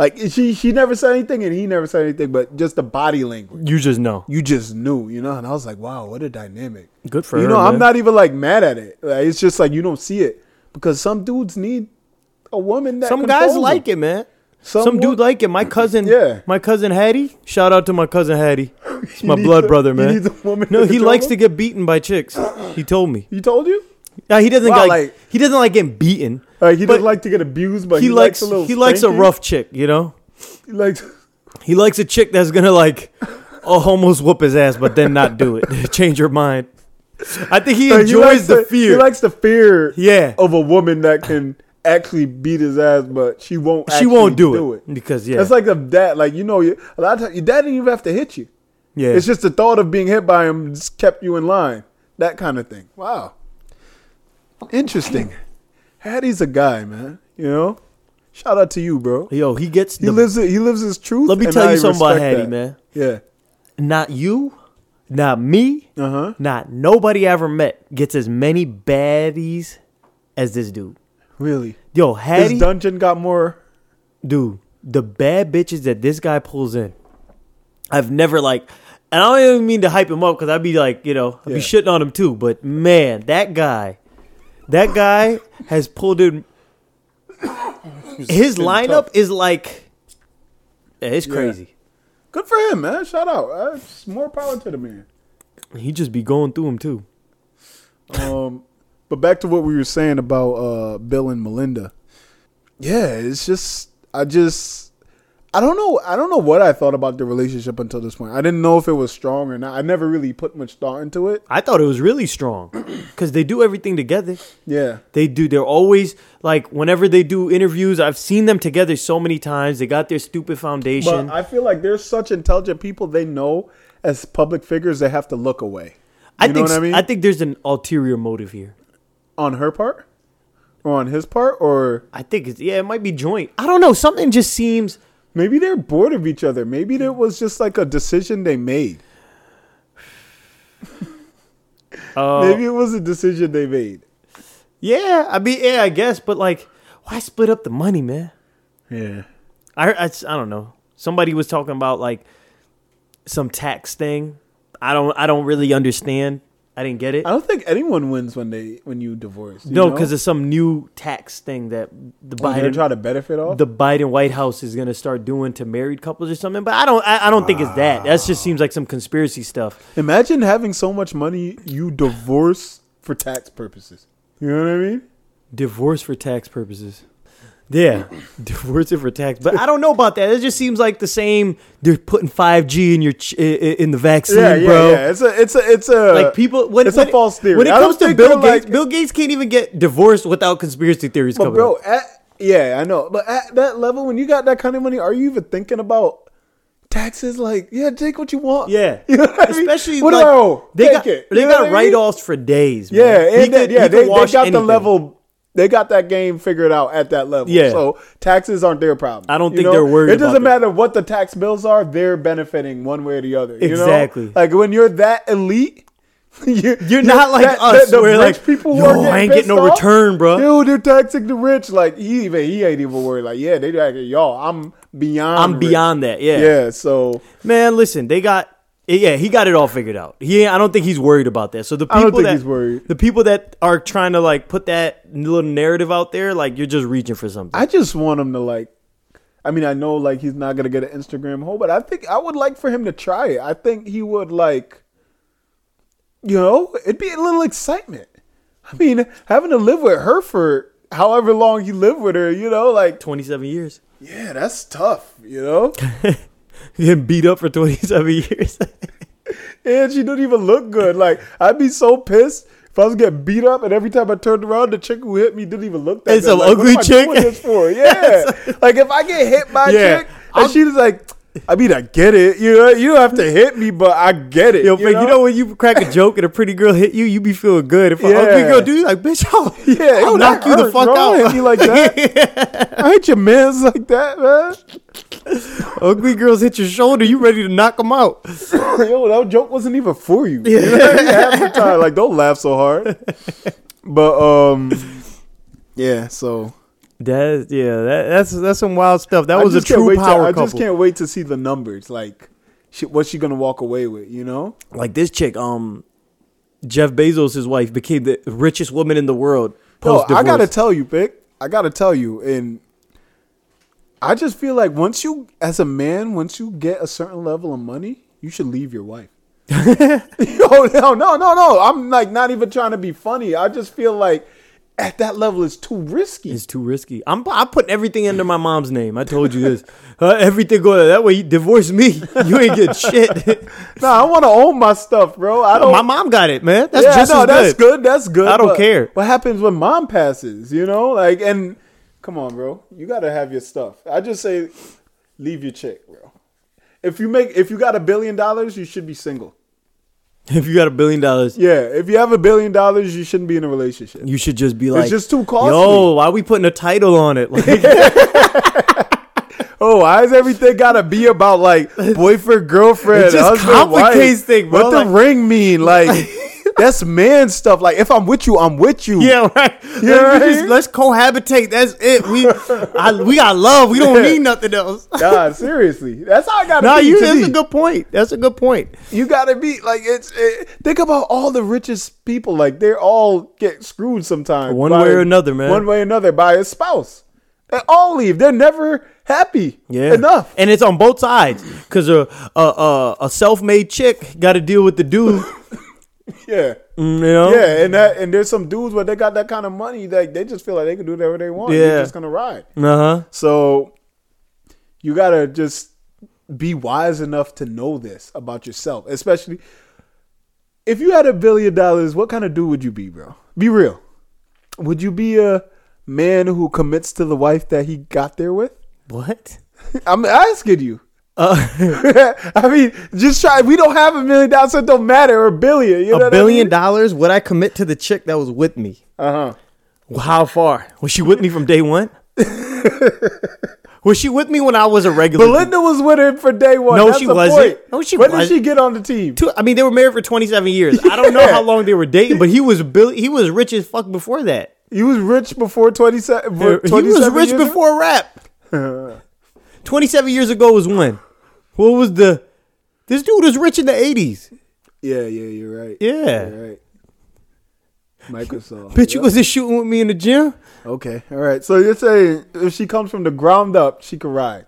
Speaker 1: like she she never said anything, and he never said anything, but just the body language,
Speaker 2: you just know.
Speaker 1: you just knew, you know. And I was like, wow, what a dynamic.
Speaker 2: Good for
Speaker 1: you
Speaker 2: her,
Speaker 1: know, I'm
Speaker 2: man.
Speaker 1: not even like mad at it. Like, it's just like you don't see it because some dudes need a woman that
Speaker 2: Some guys like
Speaker 1: it.
Speaker 2: it, man.
Speaker 1: Some
Speaker 2: Some,
Speaker 1: would-
Speaker 2: dude like it. My cousin,
Speaker 1: Yeah.
Speaker 2: my cousin Hattie. Shout out to my cousin Hattie. It's my blood brother, man.
Speaker 1: You need a woman
Speaker 2: No,
Speaker 1: to
Speaker 2: he
Speaker 1: control
Speaker 2: likes to
Speaker 1: him?
Speaker 2: get beaten by chicks. He told [clears throat] me.
Speaker 1: He told you.
Speaker 2: Now, he doesn't
Speaker 1: Wow,
Speaker 2: like,
Speaker 1: like-
Speaker 2: he doesn't like getting beaten.
Speaker 1: Like he doesn't
Speaker 2: But
Speaker 1: like to get abused, but
Speaker 2: he,
Speaker 1: he,
Speaker 2: likes,
Speaker 1: a little.
Speaker 2: he likes a
Speaker 1: spanking.
Speaker 2: rough chick, you know?
Speaker 1: He likes.
Speaker 2: He likes a chick that's gonna like [laughs] oh, almost whoop his ass but then not do it. [laughs] Change her mind. I think [laughs] he
Speaker 1: like,
Speaker 2: enjoys
Speaker 1: he likes
Speaker 2: the,
Speaker 1: He
Speaker 2: fear.
Speaker 1: likes the fear.
Speaker 2: yeah.
Speaker 1: of a woman that can actually beat his ass, but she won't.
Speaker 2: she won't Oh, do,
Speaker 1: actually
Speaker 2: it. Because yeah.
Speaker 1: That's like a dad. Like you know, you- a lot of times your dad didn't even have to hit you.
Speaker 2: yeah.
Speaker 1: It's just the thought of being hit by him just kept you in line. That kind of thing. Wow, interesting. Hattie's a guy, man. You know, shout out to you, bro.
Speaker 2: Yo, he gets
Speaker 1: He
Speaker 2: the
Speaker 1: lives. He lives his truth.
Speaker 2: Let me
Speaker 1: and
Speaker 2: tell
Speaker 1: I
Speaker 2: you something about
Speaker 1: respect
Speaker 2: Hattie,
Speaker 1: that.
Speaker 2: man.
Speaker 1: Yeah.
Speaker 2: Not you, not me,
Speaker 1: Uh huh.
Speaker 2: not nobody I ever met gets as many baddies as this dude.
Speaker 1: Really.
Speaker 2: Yo,
Speaker 1: His
Speaker 2: Hattie
Speaker 1: dungeon got more.
Speaker 2: dude, the bad bitches that this guy pulls in, I've never like, and I don't even mean to hype him up because I'd be like, you know, I'd
Speaker 1: Yeah.
Speaker 2: be shitting on him too. But man, that guy, that guy has pulled in. His
Speaker 1: been
Speaker 2: lineup is like, yeah, it's
Speaker 1: Yeah.
Speaker 2: crazy.
Speaker 1: Good for him, man. Shout out. Uh, it's more power to the man.
Speaker 2: He just be going through him too.
Speaker 1: Um, but back to what we were saying about uh, Bill and Melinda. Yeah, it's just I just I don't know I don't know what I thought about the relationship until this point. I didn't know if it was strong or not. I never really put much thought into it.
Speaker 2: I thought it was really strong [clears throat] because they do everything together.
Speaker 1: Yeah,
Speaker 2: They do. They're always like whenever they do interviews. I've seen them together so many times. They got their stupid foundation.
Speaker 1: but uh, I feel like they're such intelligent people. They know as public figures they have to look away.
Speaker 2: I
Speaker 1: You know
Speaker 2: think
Speaker 1: what I mean?
Speaker 2: I think there's an ulterior motive here.
Speaker 1: On her part, or on his part, or
Speaker 2: I think it's yeah, it might be joint. I don't know. Something just seems
Speaker 1: maybe they're bored of each other. Maybe there was just like a decision they made.
Speaker 2: uh,
Speaker 1: Maybe it was a decision they made.
Speaker 2: yeah. I mean yeah, I guess. But like, why split up the money, man?
Speaker 1: Yeah.
Speaker 2: I heard, I, s- I don't know. Somebody was talking about like some tax thing. I don't I don't really understand. I didn't get it.
Speaker 1: I don't think anyone wins when they when you divorce. You
Speaker 2: No, because it's some new tax thing that the
Speaker 1: they're
Speaker 2: Biden
Speaker 1: trying to benefit off.
Speaker 2: the Biden White House is gonna start doing to married couples or something. But I don't I, I don't think it's that. That just seems like some conspiracy stuff.
Speaker 1: Imagine having so much money you divorce for tax purposes. You know what I mean?
Speaker 2: Divorce for tax purposes. Yeah, [laughs] divorce it for tax. But I don't know about that. It just seems like the same. They're putting five G in your ch- i- i- in the vaccine,
Speaker 1: Yeah, yeah,
Speaker 2: bro.
Speaker 1: yeah. It's a, it's a, it's a.
Speaker 2: Like people, when
Speaker 1: it's
Speaker 2: when
Speaker 1: a false theory.
Speaker 2: When it
Speaker 1: I don't
Speaker 2: comes to
Speaker 1: think
Speaker 2: Bill
Speaker 1: they're
Speaker 2: Gates,
Speaker 1: like-
Speaker 2: Bill Gates can't even get divorced without conspiracy theories
Speaker 1: but
Speaker 2: coming.
Speaker 1: bro,
Speaker 2: up.
Speaker 1: at, yeah, I know. But at that level, when you got that kind of money, are you even thinking about taxes? Like, yeah, take what you want.
Speaker 2: yeah,
Speaker 1: [laughs] You know what I mean?
Speaker 2: especially
Speaker 1: what
Speaker 2: like,
Speaker 1: do I owe?
Speaker 2: they
Speaker 1: Take
Speaker 2: got
Speaker 1: it.
Speaker 2: they
Speaker 1: You know what I
Speaker 2: got
Speaker 1: mean?
Speaker 2: write offs for days. man.
Speaker 1: Yeah,
Speaker 2: He
Speaker 1: and that,
Speaker 2: could-
Speaker 1: yeah,
Speaker 2: he could
Speaker 1: they, they
Speaker 2: wash
Speaker 1: got the
Speaker 2: anything.
Speaker 1: level. They got that game figured out at that level.
Speaker 2: Yeah.
Speaker 1: So taxes aren't their problem.
Speaker 2: I don't
Speaker 1: You
Speaker 2: think they're worried
Speaker 1: It doesn't
Speaker 2: about
Speaker 1: matter what the tax bills are; they're benefiting one way or the other. you know?
Speaker 2: Exactly.
Speaker 1: Like when you're that elite, [laughs] you,
Speaker 2: You're not like us, where like,
Speaker 1: who
Speaker 2: yo,
Speaker 1: are
Speaker 2: I ain't
Speaker 1: pissed
Speaker 2: getting no
Speaker 1: off,
Speaker 2: return, bruh.
Speaker 1: Yo, they're taxing the rich. Like he even he ain't even worried. Like yeah, they like y'all. I'm beyond.
Speaker 2: I'm
Speaker 1: rich.
Speaker 2: beyond that.
Speaker 1: Yeah. So
Speaker 2: Man, listen, they got yeah, he got it all figured out. He I don't think he's worried about that. So the people
Speaker 1: don't think
Speaker 2: that
Speaker 1: he's worried.
Speaker 2: the people that are trying to like put that little narrative out there, like you're just reaching for something.
Speaker 1: I just want him to like. I mean, I know like he's not gonna get an Instagram hole, but I think I would like for him to try it. I think he would like. You know, it'd be a little excitement. I mean, having to live with her for however long he lived with her, you know, like
Speaker 2: 27 years. [laughs]
Speaker 1: yeah, that's tough. You know,
Speaker 2: Getting beat up for 27 [laughs] years.
Speaker 1: and she didn't even look good. Like I'd be so pissed. If I was getting beat up, and every time I turned around, the chick who hit me didn't even look that
Speaker 2: It's
Speaker 1: good.
Speaker 2: some
Speaker 1: like,
Speaker 2: ugly
Speaker 1: what am
Speaker 2: chick.
Speaker 1: I doing this for? Yeah, like if I get hit by a
Speaker 2: Yeah.
Speaker 1: chick, and she's like, I mean, I get it. You know, you don't have to hit me, but I get it.
Speaker 2: Yo, Fink, you know when you crack a joke and a pretty girl hit you, you be feeling good. If an
Speaker 1: Yeah.
Speaker 2: ugly girl do, you like, bitch,
Speaker 1: [laughs]
Speaker 2: I'll,
Speaker 1: Yeah,
Speaker 2: I'll
Speaker 1: yo,
Speaker 2: knock
Speaker 1: that
Speaker 2: you the
Speaker 1: hurt,
Speaker 2: fuck
Speaker 1: bro. I
Speaker 2: out.
Speaker 1: hit you
Speaker 2: [laughs]
Speaker 1: like that. I hit your man's like that, man.
Speaker 2: ugly girls hit your shoulder, you ready to knock them out.
Speaker 1: [laughs] Yo, that joke wasn't even for you. You know what I mean? Half the time, like, don't laugh so hard. But um, yeah. So
Speaker 2: That, yeah, that, that's that's some wild stuff. That
Speaker 1: I
Speaker 2: was a
Speaker 1: just can't
Speaker 2: true
Speaker 1: wait
Speaker 2: power
Speaker 1: to, I
Speaker 2: couple.
Speaker 1: just can't wait to see the numbers. Like, she, what's she gonna walk away with? You know?
Speaker 2: like this chick, um, Jeff Bezos' his wife became the richest woman in the world.
Speaker 1: No,
Speaker 2: Post
Speaker 1: I
Speaker 2: divorce.
Speaker 1: gotta tell you, Vic. I gotta tell you, and I just feel like once you, as a man, once you get a certain level of money, you should leave your
Speaker 2: [laughs]
Speaker 1: wife. Yo, no, no, no, no. I'm like not even trying to be funny. I just feel like at that level, it's too risky.
Speaker 2: it's too risky. I'm I put everything under my mom's name. I told you
Speaker 1: [laughs]
Speaker 2: this. Huh, everything going that way. You divorce me, you ain't get
Speaker 1: [laughs]
Speaker 2: shit.
Speaker 1: nah, I want to own my stuff, bro. I don't.
Speaker 2: [laughs] my mom got it, man. That's
Speaker 1: yeah,
Speaker 2: just
Speaker 1: no,
Speaker 2: as
Speaker 1: that's
Speaker 2: good.
Speaker 1: good. That's good.
Speaker 2: I don't
Speaker 1: but
Speaker 2: care.
Speaker 1: What happens when mom passes? You know, like and come on, bro. You gotta have your stuff. I just say, leave your chick, bro. If you make, if you got a billion dollars, you should be single.
Speaker 2: If you got a billion dollars,
Speaker 1: Yeah, if you have a billion dollars, you shouldn't be in a relationship.
Speaker 2: you should just be like,
Speaker 1: just too costly.
Speaker 2: Yo, why we putting a title on it? [laughs]
Speaker 1: [laughs]
Speaker 2: Like,
Speaker 1: Oh, why is everything gotta be about
Speaker 2: [laughs]
Speaker 1: like boyfriend, girlfriend?
Speaker 2: It just
Speaker 1: husband,
Speaker 2: complicates
Speaker 1: wife?
Speaker 2: thing, bro.
Speaker 1: What the
Speaker 2: Like-
Speaker 1: ring mean? Like
Speaker 2: [laughs]
Speaker 1: that's man stuff. Like if I'm with you, I'm with you.
Speaker 2: yeah, right.
Speaker 1: Yeah,
Speaker 2: Let's- we just-
Speaker 1: right.
Speaker 2: let's cohabitate. That's it. We, I, we got love. We don't
Speaker 1: [laughs] Yeah.
Speaker 2: need nothing else.
Speaker 1: God, seriously, that's how I gotta.
Speaker 2: No,
Speaker 1: be
Speaker 2: you.
Speaker 1: to
Speaker 2: [laughs] That's
Speaker 1: me.
Speaker 2: a good point. That's a good point.
Speaker 1: You gotta be like it's. It, think about all the richest people. Like they're all get screwed sometimes,
Speaker 2: One
Speaker 1: by-
Speaker 2: way or another, man.
Speaker 1: One way or another by a spouse. They all leave. They're never happy.
Speaker 2: Yeah,
Speaker 1: enough.
Speaker 2: And it's on both sides because a a, a, a self made chick got to deal with the dude.
Speaker 1: Yeah,
Speaker 2: You know.
Speaker 1: yeah. And that and there's some dudes where they got that kind of money that they just feel like they can do whatever they want. Yeah,
Speaker 2: Yeah.
Speaker 1: they're just gonna ride.
Speaker 2: Uh huh.
Speaker 1: So you gotta just be wise enough to know this about yourself, especially if you had a billion dollars. What kind of dude would you be, bro? Be real. Would you be a man who commits to the wife that he got there with?
Speaker 2: What?
Speaker 1: I'm asking you. [laughs]
Speaker 2: [laughs] Uh,
Speaker 1: I mean, just try. We don't have a million dollars, so it don't matter. Or a billion, you know
Speaker 2: a billion dollars? Would I commit to the chick that was with me?
Speaker 1: Uh huh.
Speaker 2: How far? Was she with me from day
Speaker 1: [laughs]
Speaker 2: one? was she with me when I was a regular?
Speaker 1: Belinda was with him for day one.
Speaker 2: No,
Speaker 1: That's
Speaker 2: she
Speaker 1: the
Speaker 2: wasn't.
Speaker 1: point.
Speaker 2: No, she
Speaker 1: When
Speaker 2: wasn't.
Speaker 1: did she get on the team?
Speaker 2: Two- I mean, they were married for twenty seven years. I don't know
Speaker 1: Yeah.
Speaker 2: how long they were dating, but he was bill- he was rich as fuck before that.
Speaker 1: You was rich before twenty seven.
Speaker 2: He was rich before rap. [laughs] 27 years ago was when? What was the. This dude was rich in the 80s.
Speaker 1: Yeah, yeah, you're right.
Speaker 2: Yeah.
Speaker 1: You're right. Microsoft.
Speaker 2: Bitch, you wasn't shooting with me in the gym?
Speaker 1: Okay. All right. So you're saying if she comes from the ground up, she can ride.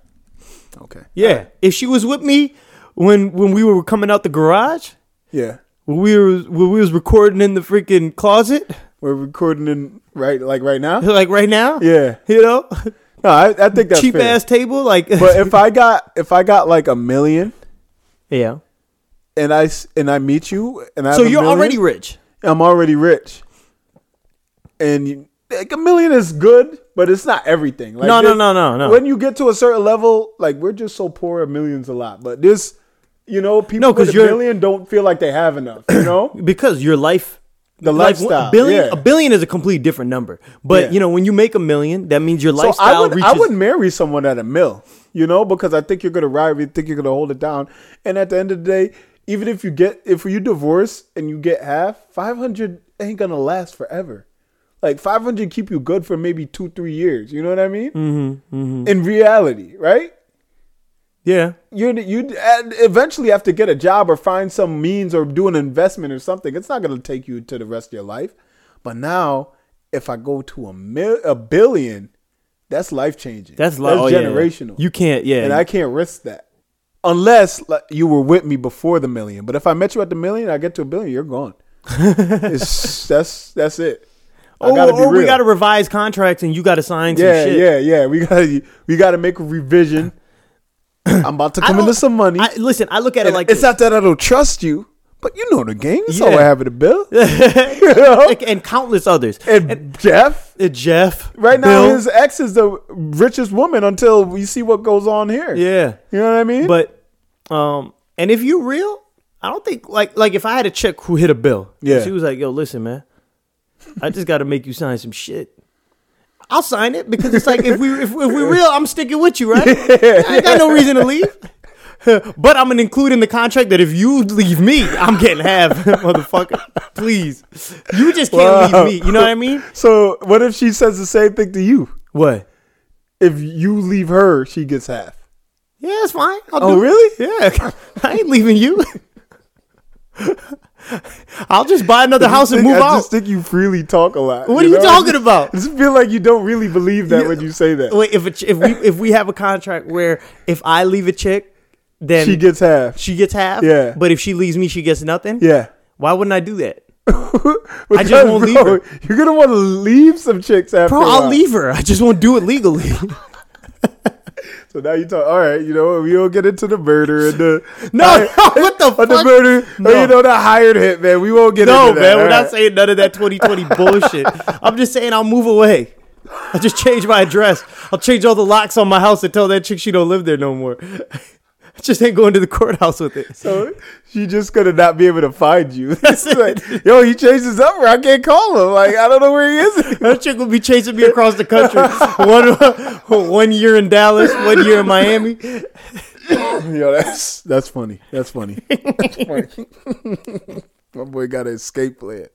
Speaker 1: Okay.
Speaker 2: Yeah. Uh, If she was with me when when we were coming out the garage,
Speaker 1: Yeah.
Speaker 2: when we were when we was recording in the freaking closet, [laughs]
Speaker 1: We're recording in right like right now.
Speaker 2: like right now,
Speaker 1: Yeah.
Speaker 2: you know,
Speaker 1: No, I, I think that's
Speaker 2: [laughs] cheap
Speaker 1: fair.
Speaker 2: ass table. Like, [laughs]
Speaker 1: But if I got if I got like a million
Speaker 2: yeah.
Speaker 1: and I s- and I meet you and I
Speaker 2: So
Speaker 1: have a
Speaker 2: you're
Speaker 1: million,
Speaker 2: already rich.
Speaker 1: I'm already rich, and you, like a million is good, but it's not everything. Like
Speaker 2: No, no,
Speaker 1: this-
Speaker 2: no, no, no.
Speaker 1: When you get to a certain level, like we're just so poor, a million's a lot. But this, you know, people
Speaker 2: No, 'cause
Speaker 1: with a
Speaker 2: you're-
Speaker 1: million don't feel like they have enough. You know,
Speaker 2: because your life
Speaker 1: The
Speaker 2: like,
Speaker 1: lifestyle,
Speaker 2: a billion
Speaker 1: yeah.
Speaker 2: a billion is a complete different number but
Speaker 1: Yeah.
Speaker 2: you know when you make a million that means your
Speaker 1: so
Speaker 2: lifestyle
Speaker 1: I would
Speaker 2: reaches
Speaker 1: I would marry someone at a mill. You know, because I think you're gonna ride. You think you're gonna hold it down. And at the end of the day, even if you get if you divorce and you get half, five hundred ain't gonna last forever. Like five hundred keep you good for maybe two three years. You know what I mean? Mm-hmm, In reality, right?
Speaker 2: yeah
Speaker 1: you you and eventually have to get a job or find some means or do an investment or something. It's not going to take you to the rest of your life. But now, if I go to a mil- a billion, that's life changing.
Speaker 2: that's like oh, yeah.
Speaker 1: generational.
Speaker 2: you can't yeah
Speaker 1: and I can't risk that unless like, you were with me before the million. But if I met you at the million, I get to a billion, you're
Speaker 2: [laughs]
Speaker 1: gone. it's, that's that's it. I
Speaker 2: oh,
Speaker 1: gotta be
Speaker 2: or we
Speaker 1: real.
Speaker 2: gotta revise contracts and you gotta sign some
Speaker 1: yeah
Speaker 2: shit
Speaker 1: yeah yeah. We gotta we gotta make a
Speaker 2: [coughs]
Speaker 1: revision. I'm about to
Speaker 2: I
Speaker 1: come into
Speaker 2: don't-
Speaker 1: some money.
Speaker 2: I, listen I look at it
Speaker 1: And
Speaker 2: like
Speaker 1: it's
Speaker 2: this.
Speaker 1: not that I don't trust you, but you know the game. That's all
Speaker 2: Yeah.
Speaker 1: I have in the
Speaker 2: [laughs]
Speaker 1: bill. You know?
Speaker 2: Like, and countless others
Speaker 1: And Jeff,
Speaker 2: Uh, Jeff
Speaker 1: right now,
Speaker 2: Bill,
Speaker 1: his ex is the richest woman until we see what goes on here.
Speaker 2: yeah
Speaker 1: You know what I mean?
Speaker 2: but um and if you real I don't think like like if I had a chick who hit a bill
Speaker 1: Yeah.
Speaker 2: she was like yo listen man I just gotta make you sign some shit. I'll sign it because it's like if we if, if we real, I'm sticking with you, right? I ain't got no reason to leave. [laughs] But I'm gonna include in the contract that if you leave me, I'm getting half, [laughs] motherfucker. Please, you just can't
Speaker 1: Wow.
Speaker 2: leave me. You know what I mean?
Speaker 1: so what if she says the same thing to you?
Speaker 2: What?
Speaker 1: If you leave her, she gets half.
Speaker 2: Yeah, it's fine. I'll
Speaker 1: Oh,
Speaker 2: do
Speaker 1: really?
Speaker 2: [laughs] Yeah, I ain't leaving you. [laughs] I'll just buy another
Speaker 1: [laughs]
Speaker 2: house and
Speaker 1: Think-
Speaker 2: move
Speaker 1: I
Speaker 2: out.
Speaker 1: just think you freely talk a lot.
Speaker 2: What are you
Speaker 1: know?
Speaker 2: talking
Speaker 1: I
Speaker 2: about?
Speaker 1: [laughs] just feel like you don't really believe that
Speaker 2: You-
Speaker 1: when you say that.
Speaker 2: Wait, if a ch- if we if we have a contract where if I leave a chick, then
Speaker 1: She gets half.
Speaker 2: she gets half.
Speaker 1: Yeah.
Speaker 2: But if she leaves me, she gets nothing.
Speaker 1: Yeah.
Speaker 2: Why wouldn't I do that?
Speaker 1: I
Speaker 2: just won't leave
Speaker 1: You're gonna want to leave some chicks after.
Speaker 2: Bro,
Speaker 1: a
Speaker 2: I'll
Speaker 1: while.
Speaker 2: leave her. I just won't do it legally. [laughs]
Speaker 1: So now you talk. All right, you know we don't get into the murder and
Speaker 2: [laughs]
Speaker 1: the
Speaker 2: No,
Speaker 1: I-
Speaker 2: what the
Speaker 1: and the
Speaker 2: fuck?
Speaker 1: murder.
Speaker 2: No.
Speaker 1: Or, you know the hired hit man. We won't get
Speaker 2: no,
Speaker 1: into
Speaker 2: man.
Speaker 1: that.
Speaker 2: We're
Speaker 1: all
Speaker 2: not
Speaker 1: right.
Speaker 2: saying none of
Speaker 1: [laughs]
Speaker 2: that 2020 bullshit. I'm just saying I'll move away. I'll just change my address. I'll change all the locks on my house and tell that chick she don't live there no more. [laughs] I just ain't going to the courthouse with it.
Speaker 1: So she just gonna not be able to find you. [laughs]
Speaker 2: [laughs] That's
Speaker 1: It's like,
Speaker 2: it.
Speaker 1: yo, he changed his number. I can't call him. Like I don't know where he is. [laughs]
Speaker 2: [laughs] That chick will be chasing me across the country. one, [laughs] one year in Dallas, one year in Miami.
Speaker 1: yo, that's that's funny. That's funny. That's funny. [laughs] my boy got an escape plan.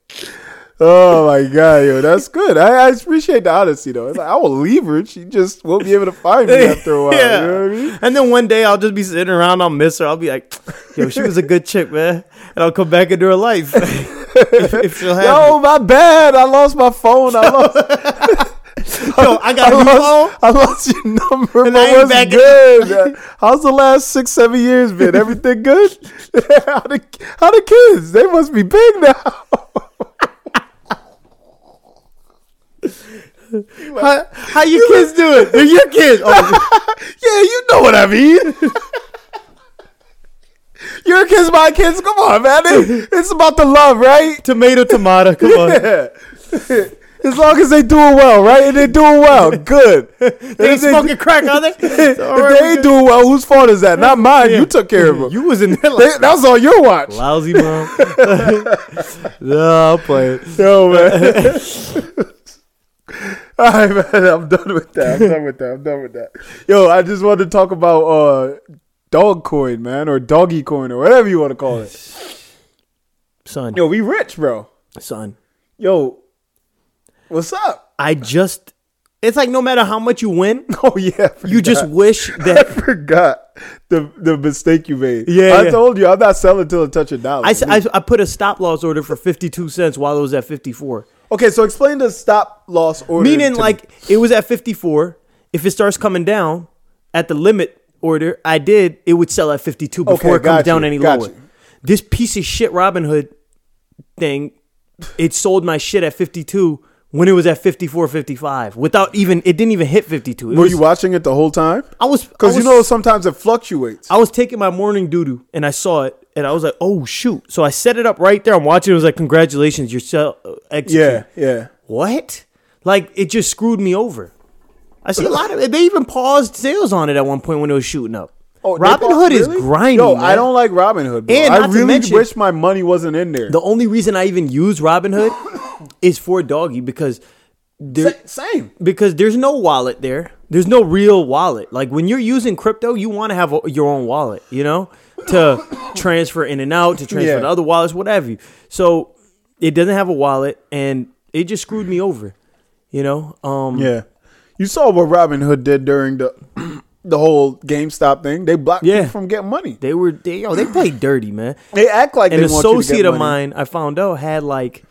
Speaker 1: Oh my god, yo, that's good. I, I appreciate the honesty though. It's like, I will leave her. She just won't be able to find me
Speaker 2: [laughs]
Speaker 1: after a while.
Speaker 2: Yeah.
Speaker 1: You know what I mean?
Speaker 2: And then one day I'll just be sitting around, I'll miss her. I'll be like, yo, she was a good chick, man. And I'll come back into her life. [laughs] if, if she'll have me.
Speaker 1: Yo, my bad. I lost my phone.
Speaker 2: [laughs]
Speaker 1: I lost.
Speaker 2: Yo, I
Speaker 1: [laughs] I
Speaker 2: got a new phone.
Speaker 1: lost, I lost your number.
Speaker 2: And
Speaker 1: but
Speaker 2: I ain't
Speaker 1: what's
Speaker 2: back-
Speaker 1: good?
Speaker 2: [laughs]
Speaker 1: How's the last six, seven years been? Everything good? [laughs] how the how the kids? They must be big
Speaker 2: [laughs]
Speaker 1: now.
Speaker 2: How, how your kids doing? They're [laughs] your kids. Oh,
Speaker 1: yeah, you know what I mean. [laughs] Your kids, my kids. Come on, man. It- it's about the love, right?
Speaker 2: tomato, tomato. Come [laughs] on.
Speaker 1: Yeah. [laughs] As long as they doing well, right? And they doing
Speaker 2: [laughs]
Speaker 1: well, good. If
Speaker 2: They ain't
Speaker 1: do-
Speaker 2: smoking crack, are [laughs] they?
Speaker 1: if
Speaker 2: It's all right,
Speaker 1: they
Speaker 2: we
Speaker 1: ain't doing well, whose fault is that? Not mine. You took care of
Speaker 2: good.
Speaker 1: them.
Speaker 2: You was in there like,
Speaker 1: They- that was on your watch.
Speaker 2: lousy mom. [laughs] no, I'll play it.
Speaker 1: Yo, man.
Speaker 2: [laughs]
Speaker 1: [laughs] All right, man. I'm done with that. I'm done with that. I'm done with that. Yo, I just wanted to talk about uh, dog coin, man, or doggy coin, or whatever you want to call it.
Speaker 2: Son,
Speaker 1: Yo, we rich, bro.
Speaker 2: son,
Speaker 1: Yo, what's up?
Speaker 2: I just, it's like no matter how much you win,
Speaker 1: [laughs] Oh yeah, I
Speaker 2: you just [laughs]
Speaker 1: forgot.
Speaker 2: wish
Speaker 1: I
Speaker 2: that
Speaker 1: forgot the the mistake you made.
Speaker 2: Yeah,
Speaker 1: I
Speaker 2: yeah.
Speaker 1: told you I'm not selling till I touch a dollar.
Speaker 2: I, s- I, I put a stop loss order for 52 cents while it was at 54.
Speaker 1: okay, so explain the stop loss order.
Speaker 2: Meaning,
Speaker 1: to me.
Speaker 2: like, it was at 54. If it starts coming down at the limit order, I did, it would sell at 52 before
Speaker 1: Okay,
Speaker 2: it comes
Speaker 1: got
Speaker 2: down
Speaker 1: you,
Speaker 2: any
Speaker 1: got
Speaker 2: lower.
Speaker 1: you.
Speaker 2: This piece of shit Robin Hood thing, it sold my shit at 52 when it was at 54, 55 without even it didn't even hit 52. It
Speaker 1: Were
Speaker 2: was-
Speaker 1: you watching it the whole time?
Speaker 2: I was I
Speaker 1: Because you
Speaker 2: was-
Speaker 1: know sometimes it fluctuates.
Speaker 2: I was taking my morning doo doo and I saw it and I was like, oh shoot! So I set it up right there. I'm watching. It was like, congratulations, you're uh, so
Speaker 1: Yeah, yeah.
Speaker 2: What? Like it just screwed me over. I see a lot of they even paused sales on it at one point when it was shooting up.
Speaker 1: Oh, they
Speaker 2: Robin
Speaker 1: bought-
Speaker 2: Hood is
Speaker 1: really?
Speaker 2: grinding.
Speaker 1: Yo,
Speaker 2: man.
Speaker 1: I don't like Robin Hood. Bro.
Speaker 2: And
Speaker 1: I
Speaker 2: not to
Speaker 1: really
Speaker 2: mention-
Speaker 1: wish my money wasn't in there.
Speaker 2: The only reason I even use
Speaker 1: [coughs]
Speaker 2: Robin Hood is for doggy because there
Speaker 1: Sa- same.
Speaker 2: because there's no wallet there. There's no real wallet. Like when you're using crypto, you want to have a, your own wallet, you know, to [coughs] transfer in and out, to transfer
Speaker 1: Yeah.
Speaker 2: to other wallets, whatever. you. So it doesn't have a wallet, and it just screwed me over, you know. Um,
Speaker 1: Yeah. You saw what Robin Hood did during the [clears throat] the whole GameStop thing. They blocked
Speaker 2: Yeah.
Speaker 1: people from getting money.
Speaker 2: They were they yo,
Speaker 1: [sighs]
Speaker 2: they played dirty, man.
Speaker 1: They act like
Speaker 2: An
Speaker 1: they want you to
Speaker 2: associate
Speaker 1: get
Speaker 2: of
Speaker 1: money.
Speaker 2: mine, I found out, had like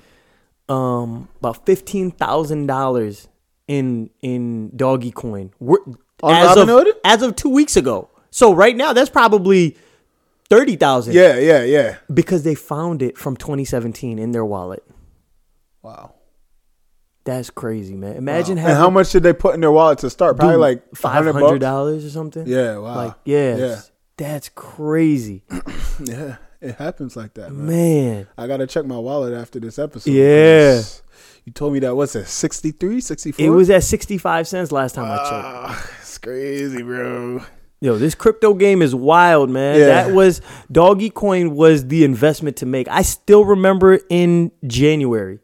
Speaker 2: um about fifteen thousand dollars in in doggy coin. We're-
Speaker 1: On
Speaker 2: as of,
Speaker 1: Robinhood?
Speaker 2: as of two weeks ago. So right now that's probably thirty thousand.
Speaker 1: Yeah, yeah, yeah.
Speaker 2: Because they found it from twenty seventeen in their wallet.
Speaker 1: Wow.
Speaker 2: That's crazy, man. Imagine
Speaker 1: And
Speaker 2: having
Speaker 1: how much did they put in their wallet to start? Probably like
Speaker 2: five
Speaker 1: $500.
Speaker 2: hundred dollars or something.
Speaker 1: Yeah, wow.
Speaker 2: Like yeah.
Speaker 1: Yeah.
Speaker 2: That's crazy.
Speaker 1: Yeah, it happens like that, man.
Speaker 2: Man.
Speaker 1: I got to check my wallet after this episode.
Speaker 2: Yeah.
Speaker 1: 'cause You told me that, what's it, 63, 64?
Speaker 2: It was at sixty five cents last time I checked.
Speaker 1: Ah, it's crazy, bro.
Speaker 2: Yo, this crypto game is wild, man.
Speaker 1: Yeah.
Speaker 2: That was Doggy Coin was the investment to make. I still remember it in January.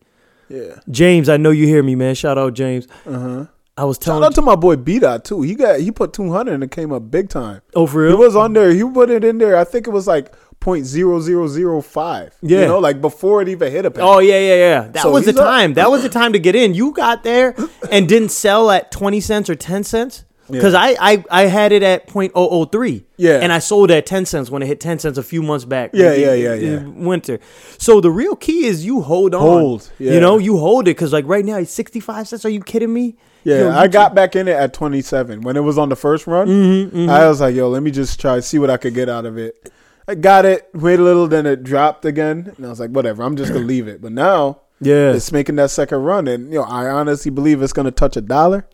Speaker 1: Yeah.
Speaker 2: James, I know you hear me, man. Shout out James.
Speaker 1: Uh-huh.
Speaker 2: I was
Speaker 1: Shout
Speaker 2: telling
Speaker 1: out to my boy B Dot too. He got he put two hundred and it came up big time.
Speaker 2: Oh, for
Speaker 1: It
Speaker 2: real?
Speaker 1: was on there. He put it in there. I think it was like point zero zero zero five.
Speaker 2: Yeah.
Speaker 1: You know, like before it even hit a penny.
Speaker 2: Oh yeah, yeah, yeah. That
Speaker 1: So
Speaker 2: was the
Speaker 1: he's up.
Speaker 2: time. That was the time to get in. You got there and didn't sell at twenty cents or ten cents. Because
Speaker 1: Yeah.
Speaker 2: I, I I had it at .003.
Speaker 1: Yeah.
Speaker 2: And I sold at ten cents when it hit ten cents a few months back.
Speaker 1: Yeah,
Speaker 2: in-
Speaker 1: yeah, yeah, yeah.
Speaker 2: in Winter. So the real key is you hold on.
Speaker 1: Hold, yeah.
Speaker 2: You know, you hold it because like right now it's sixty five cents. Are you kidding me?
Speaker 1: Yeah,
Speaker 2: Yo,
Speaker 1: I
Speaker 2: you-
Speaker 1: got back in it at 27 when it was on the first run.
Speaker 2: Mm-hmm,
Speaker 1: I was like, "Yo, let me just try see what I could get out of it." I got it, wait a little, then it dropped again, and I was like, "Whatever, I'm just gonna leave it." But now,
Speaker 2: Yeah.
Speaker 1: it's making that second run, and you know, I honestly believe it's gonna touch a dollar.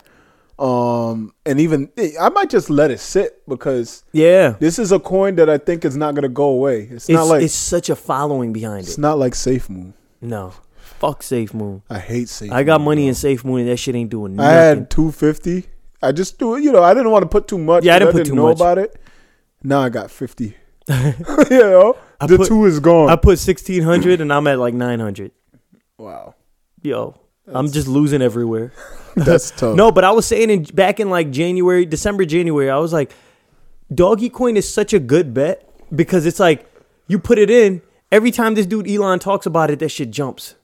Speaker 1: Um, and even I might just let it sit because
Speaker 2: Yeah.
Speaker 1: this is a coin that I think is not gonna go away. It's,
Speaker 2: It's
Speaker 1: not like
Speaker 2: it's
Speaker 1: it's,
Speaker 2: such a following behind it.
Speaker 1: not like Safe Moon.
Speaker 2: No. Fuck Safe Moon.
Speaker 1: I hate Safe.
Speaker 2: I got
Speaker 1: Moon.
Speaker 2: money in Safe Moon and that shit ain't doing nothing.
Speaker 1: I had two fifty. I just do it. You know, I didn't want to put too much.
Speaker 2: Yeah, I
Speaker 1: 'cause
Speaker 2: didn't put too
Speaker 1: know
Speaker 2: much.
Speaker 1: about it. Now I got
Speaker 2: [laughs]
Speaker 1: fifty. [laughs] you know, the
Speaker 2: put-
Speaker 1: two is gone.
Speaker 2: I put sixteen hundred and I'm at like nine hundred. [laughs]
Speaker 1: wow,
Speaker 2: yo, I'm just losing everywhere.
Speaker 1: that's tough.
Speaker 2: No, but I was saying in, back in like January, December, January, I was like, Doggy Coin is such a good bet because it's like you put it in every time this dude Elon talks about it, that shit jumps.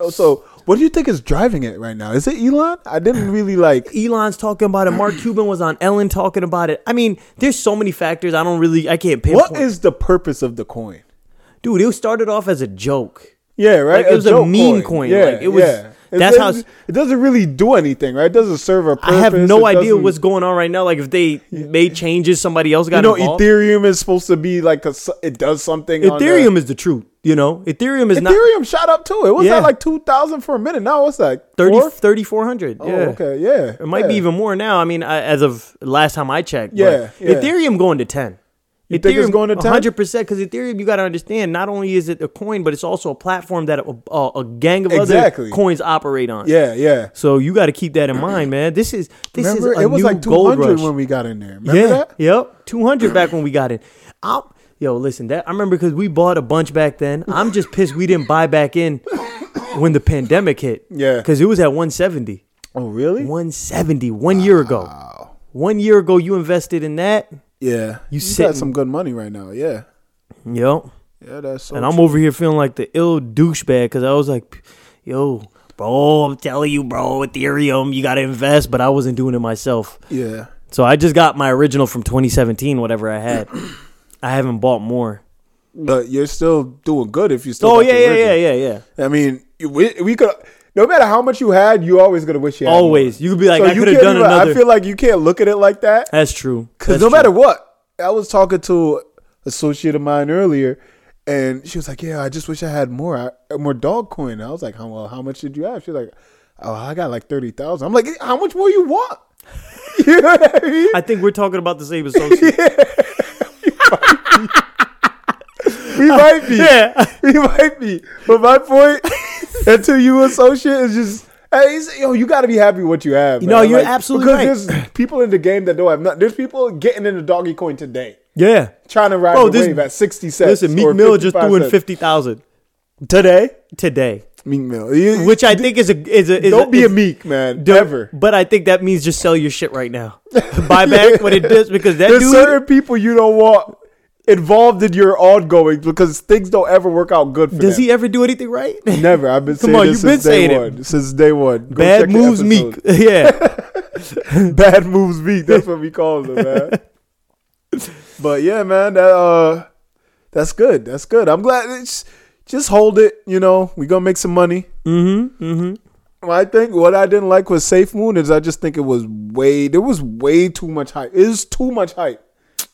Speaker 1: Oh, So, what do you think is driving it right now? Is it Elon? I
Speaker 2: [sighs]
Speaker 1: didn't really like.
Speaker 2: Elon's talking about it. Mark Cuban was on Ellen talking about it. I mean, there's so many factors. I don't really, I can't pinpoint.
Speaker 1: What is the purpose of the coin?
Speaker 2: dude? It started off as a joke.
Speaker 1: Yeah, right.
Speaker 2: Like, it was a
Speaker 1: joke
Speaker 2: meme coin.
Speaker 1: Yeah,
Speaker 2: Like, it was-
Speaker 1: yeah. It
Speaker 2: that's how-
Speaker 1: doesn't- it doesn't really do anything, right? It doesn't serve a purpose.
Speaker 2: I have
Speaker 1: It
Speaker 2: no idea
Speaker 1: doesn't-
Speaker 2: what's going on right now. Like if they made changes, somebody else got
Speaker 1: You know,
Speaker 2: involved.
Speaker 1: Ethereum is supposed to be like a. s- It does something. on the-
Speaker 2: Ethereum is the truth. You know, Ethereum is not.
Speaker 1: Ethereum shot up too. It was
Speaker 2: Yeah.
Speaker 1: at like two thousand for a minute. Now it's like
Speaker 2: 30
Speaker 1: four?
Speaker 2: 3400 yeah
Speaker 1: Oh, okay, yeah.
Speaker 2: it might be even more now i mean I, as of last time i checked but
Speaker 1: Yeah, yeah.
Speaker 2: ethereum going to 10
Speaker 1: You think it's going to 10?
Speaker 2: 100% because ethereum you got to understand not only is it a coin but it's also a platform that a, a, a gang of
Speaker 1: Exactly.
Speaker 2: other coins operate on
Speaker 1: Yeah, yeah.
Speaker 2: so you got to keep that in mind man this is this
Speaker 1: Remember,
Speaker 2: is a
Speaker 1: it was
Speaker 2: new
Speaker 1: like two
Speaker 2: gold
Speaker 1: hundred
Speaker 2: rush
Speaker 1: when we got in there. Remember
Speaker 2: yeah
Speaker 1: that?
Speaker 2: yep 200 back when we got it i yo listen that i remember because we bought a bunch back then i'm just pissed we didn't buy back in when the pandemic hit
Speaker 1: Yeah.
Speaker 2: because it was at 170
Speaker 1: Oh, really?
Speaker 2: 170 one year ago. One year ago, you invested in that.
Speaker 1: Yeah. You,
Speaker 2: sitting-
Speaker 1: got some good money right now. Yeah.
Speaker 2: Yep.
Speaker 1: Yeah, that's so.
Speaker 2: And I'm over here feeling like the ill douchebag because I was like, yo, bro, I'm telling you, bro, Ethereum, you got to invest. But I wasn't doing it myself.
Speaker 1: true. yeah.
Speaker 2: So I just got my original from 2017, whatever I had. I haven't bought more.
Speaker 1: But you're still doing good if you still.
Speaker 2: Oh,
Speaker 1: got
Speaker 2: yeah,
Speaker 1: the
Speaker 2: yeah, yeah,
Speaker 1: original.
Speaker 2: yeah, yeah.
Speaker 1: I mean, you- we, we could. No matter how much you had, you always gonna wish you had
Speaker 2: Always.
Speaker 1: more.
Speaker 2: You could be like,
Speaker 1: So
Speaker 2: I
Speaker 1: you
Speaker 2: could have
Speaker 1: can't
Speaker 2: done
Speaker 1: even-
Speaker 2: another.
Speaker 1: I feel like you can't look at it like that.
Speaker 2: That's
Speaker 1: [laughs]
Speaker 2: true.
Speaker 1: Because
Speaker 2: That's
Speaker 1: no
Speaker 2: true.
Speaker 1: matter what, I was talking to a associate of mine earlier, and she was like, "Yeah, I just wish I had more I, more dog coin." I was like, "How well? How much did you have?" She's like, oh, I got like thirty thousand. I'm like, how much more you want? [laughs] you know what I mean?
Speaker 2: I think we're talking about the same associate.
Speaker 1: We might be.
Speaker 2: [laughs] yeah.
Speaker 1: We might be. But my
Speaker 2: [laughs]
Speaker 1: point until you associate is just hey, it's- yo, you got to be happy with what you have.
Speaker 2: No,
Speaker 1: man.
Speaker 2: you're absolutely
Speaker 1: because there's people in the game that don't have nothing. There's people getting in the doggy coin today,
Speaker 2: Yeah.
Speaker 1: trying to ride
Speaker 2: Bro,
Speaker 1: the
Speaker 2: this-
Speaker 1: wave at sixty cents.
Speaker 2: Listen,
Speaker 1: or
Speaker 2: Meek Mill just
Speaker 1: 55
Speaker 2: threw in
Speaker 1: cents.
Speaker 2: fifty thousand
Speaker 1: today.
Speaker 2: today,
Speaker 1: Meek Mill, You-
Speaker 2: which I think is a is a is
Speaker 1: don't be a
Speaker 2: is-
Speaker 1: meek man.
Speaker 2: Don't-
Speaker 1: Ever.
Speaker 2: But I think that means just sell your shit
Speaker 1: [laughs]
Speaker 2: right now. Buy back what it does because that
Speaker 1: There's
Speaker 2: dude.
Speaker 1: certain people you don't want involved in your ongoing because things don't ever work out good for
Speaker 2: does
Speaker 1: them.
Speaker 2: he ever do anything right? [laughs]
Speaker 1: Never. I've been
Speaker 2: Come
Speaker 1: saying
Speaker 2: on,
Speaker 1: this
Speaker 2: you've been
Speaker 1: since day
Speaker 2: saying it.
Speaker 1: one. Since day one. Go check
Speaker 2: Bad
Speaker 1: the
Speaker 2: moves,
Speaker 1: episodes.
Speaker 2: Meek. [laughs]
Speaker 1: [laughs]
Speaker 2: yeah.
Speaker 1: Bad moves meek. That's what we call them,
Speaker 2: [laughs]
Speaker 1: man. but yeah, man, that uh, that's good. That's good. I'm glad. It's, just hold it. You know, we gonna make some money.
Speaker 2: Mm-hmm. Mm-hmm.
Speaker 1: I think what I didn't like with Safe Moon is I just think it was way there was way too much hype. It was too much hype.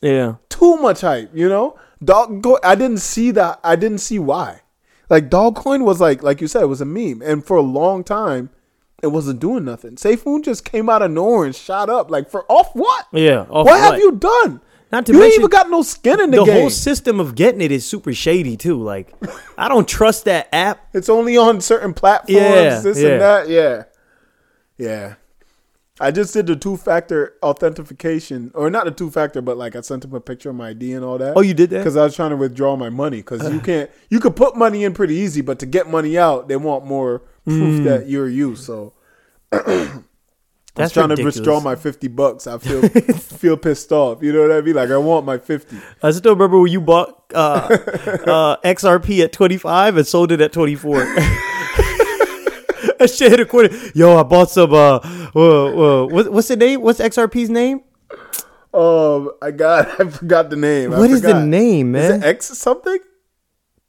Speaker 2: Yeah.
Speaker 1: Too much hype. You know, dog. Go, I didn't see that. I didn't see why. Like Dogcoin was like like you said, it was a meme, and for a long time, it wasn't doing nothing. Safe Moon just came out of nowhere and shot up. Like for off what?
Speaker 2: Yeah. Off
Speaker 1: what,
Speaker 2: of
Speaker 1: have you done?
Speaker 2: Not to
Speaker 1: you ain't
Speaker 2: mention
Speaker 1: even got no skin in the,
Speaker 2: The
Speaker 1: game.
Speaker 2: whole system of getting it is super shady too. Like, I don't trust that app.
Speaker 1: it's only on certain platforms.
Speaker 2: Yeah,
Speaker 1: this
Speaker 2: yeah.
Speaker 1: and that. Yeah, yeah. I just did the two factor authentication, or not the two factor, but like I sent him a picture of my ID and all that.
Speaker 2: Oh, you did that?
Speaker 1: Because I was trying to withdraw my money. Because
Speaker 2: [sighs]
Speaker 1: you can't, you could put money in pretty easy, but to get money out, they want more proof
Speaker 2: Hmm.
Speaker 1: that you're you. So
Speaker 2: That's
Speaker 1: I was trying
Speaker 2: ridiculous.
Speaker 1: to withdraw my fifty bucks. I feel [laughs] feel pissed off. You know what I mean? Like I want my fifty.
Speaker 2: I still remember when you bought uh, [laughs] uh, XRP at 25 and sold it at [laughs] 24. that shit hit a quarter. Yo, I bought some. Uh, whoa, whoa. What, what's the name? What's XRP's name?
Speaker 1: Um, I got, [laughs] I forgot the name. I
Speaker 2: What is the
Speaker 1: forgot.
Speaker 2: name,
Speaker 1: Is
Speaker 2: man?
Speaker 1: it X something?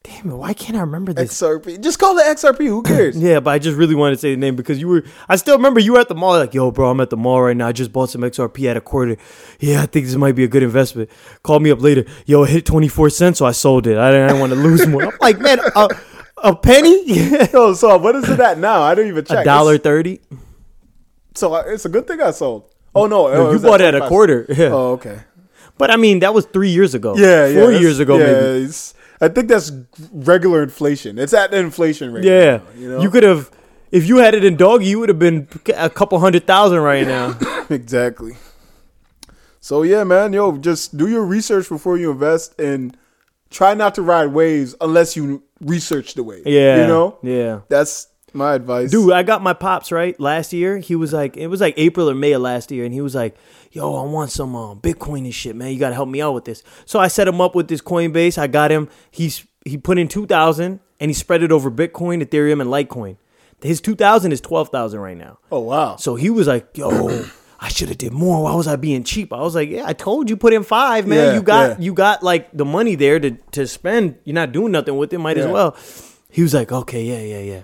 Speaker 2: Damn it! Why can't I remember this?
Speaker 1: XRP. Just call it XRP. [coughs] Who cares?
Speaker 2: yeah, but I just really wanted to say the name because you were. I still remember you were at the mall. Like, yo, bro, I'm at the mall right now. I just bought some XRP at a quarter. Yeah, I think this might be a good investment. Call me up later. Yo, it hit 24 cents, so I sold it. I didn't, I didn't want to lose more. I'm like, man, a, a penny. [laughs]
Speaker 1: Yo, so what is it at now? I didn't even check.
Speaker 2: a dollar thirty.
Speaker 1: It's, so I- it's a good thing I sold. Oh no, it
Speaker 2: you
Speaker 1: was
Speaker 2: bought it at a
Speaker 1: 25.
Speaker 2: quarter. Yeah.
Speaker 1: Oh okay.
Speaker 2: But I mean, that was three years ago.
Speaker 1: Yeah, yeah,
Speaker 2: four
Speaker 1: that's-
Speaker 2: years ago,
Speaker 1: yeah,
Speaker 2: maybe.
Speaker 1: it's- I think that's regular inflation. It's at the inflation rate.
Speaker 2: Yeah,
Speaker 1: now,
Speaker 2: you,
Speaker 1: you know [laughs]
Speaker 2: could have, if you had it in doggy, you would have been a couple hundred thousand right now.
Speaker 1: exactly. So yeah, man, yo, just do your research before you invest and try not to ride waves unless you research the wave. [laughs]
Speaker 2: Yeah,
Speaker 1: you know,
Speaker 2: yeah.
Speaker 1: that's my advice,
Speaker 2: Dude, I got my pops right last year. He was like, it was like April or May of last year, and he was like, "Yo, I want some uh, Bitcoin and shit, man. You gotta help me out with this." So I set him up with this Coinbase. I got him. He's he put in two thousand, and he spread it over Bitcoin, Ethereum, and Litecoin. His two thousand is twelve thousand right now.
Speaker 1: Oh wow,
Speaker 2: So he was like, "Yo, I should have did more. Why was I being cheap?" I was like, "Yeah, I told you put in five, man.
Speaker 1: Yeah,
Speaker 2: you got
Speaker 1: yeah.
Speaker 2: you got like the money there to to spend. You're not doing nothing with it. Might as
Speaker 1: Yeah.
Speaker 2: well." He was like, "Okay, yeah, yeah, yeah."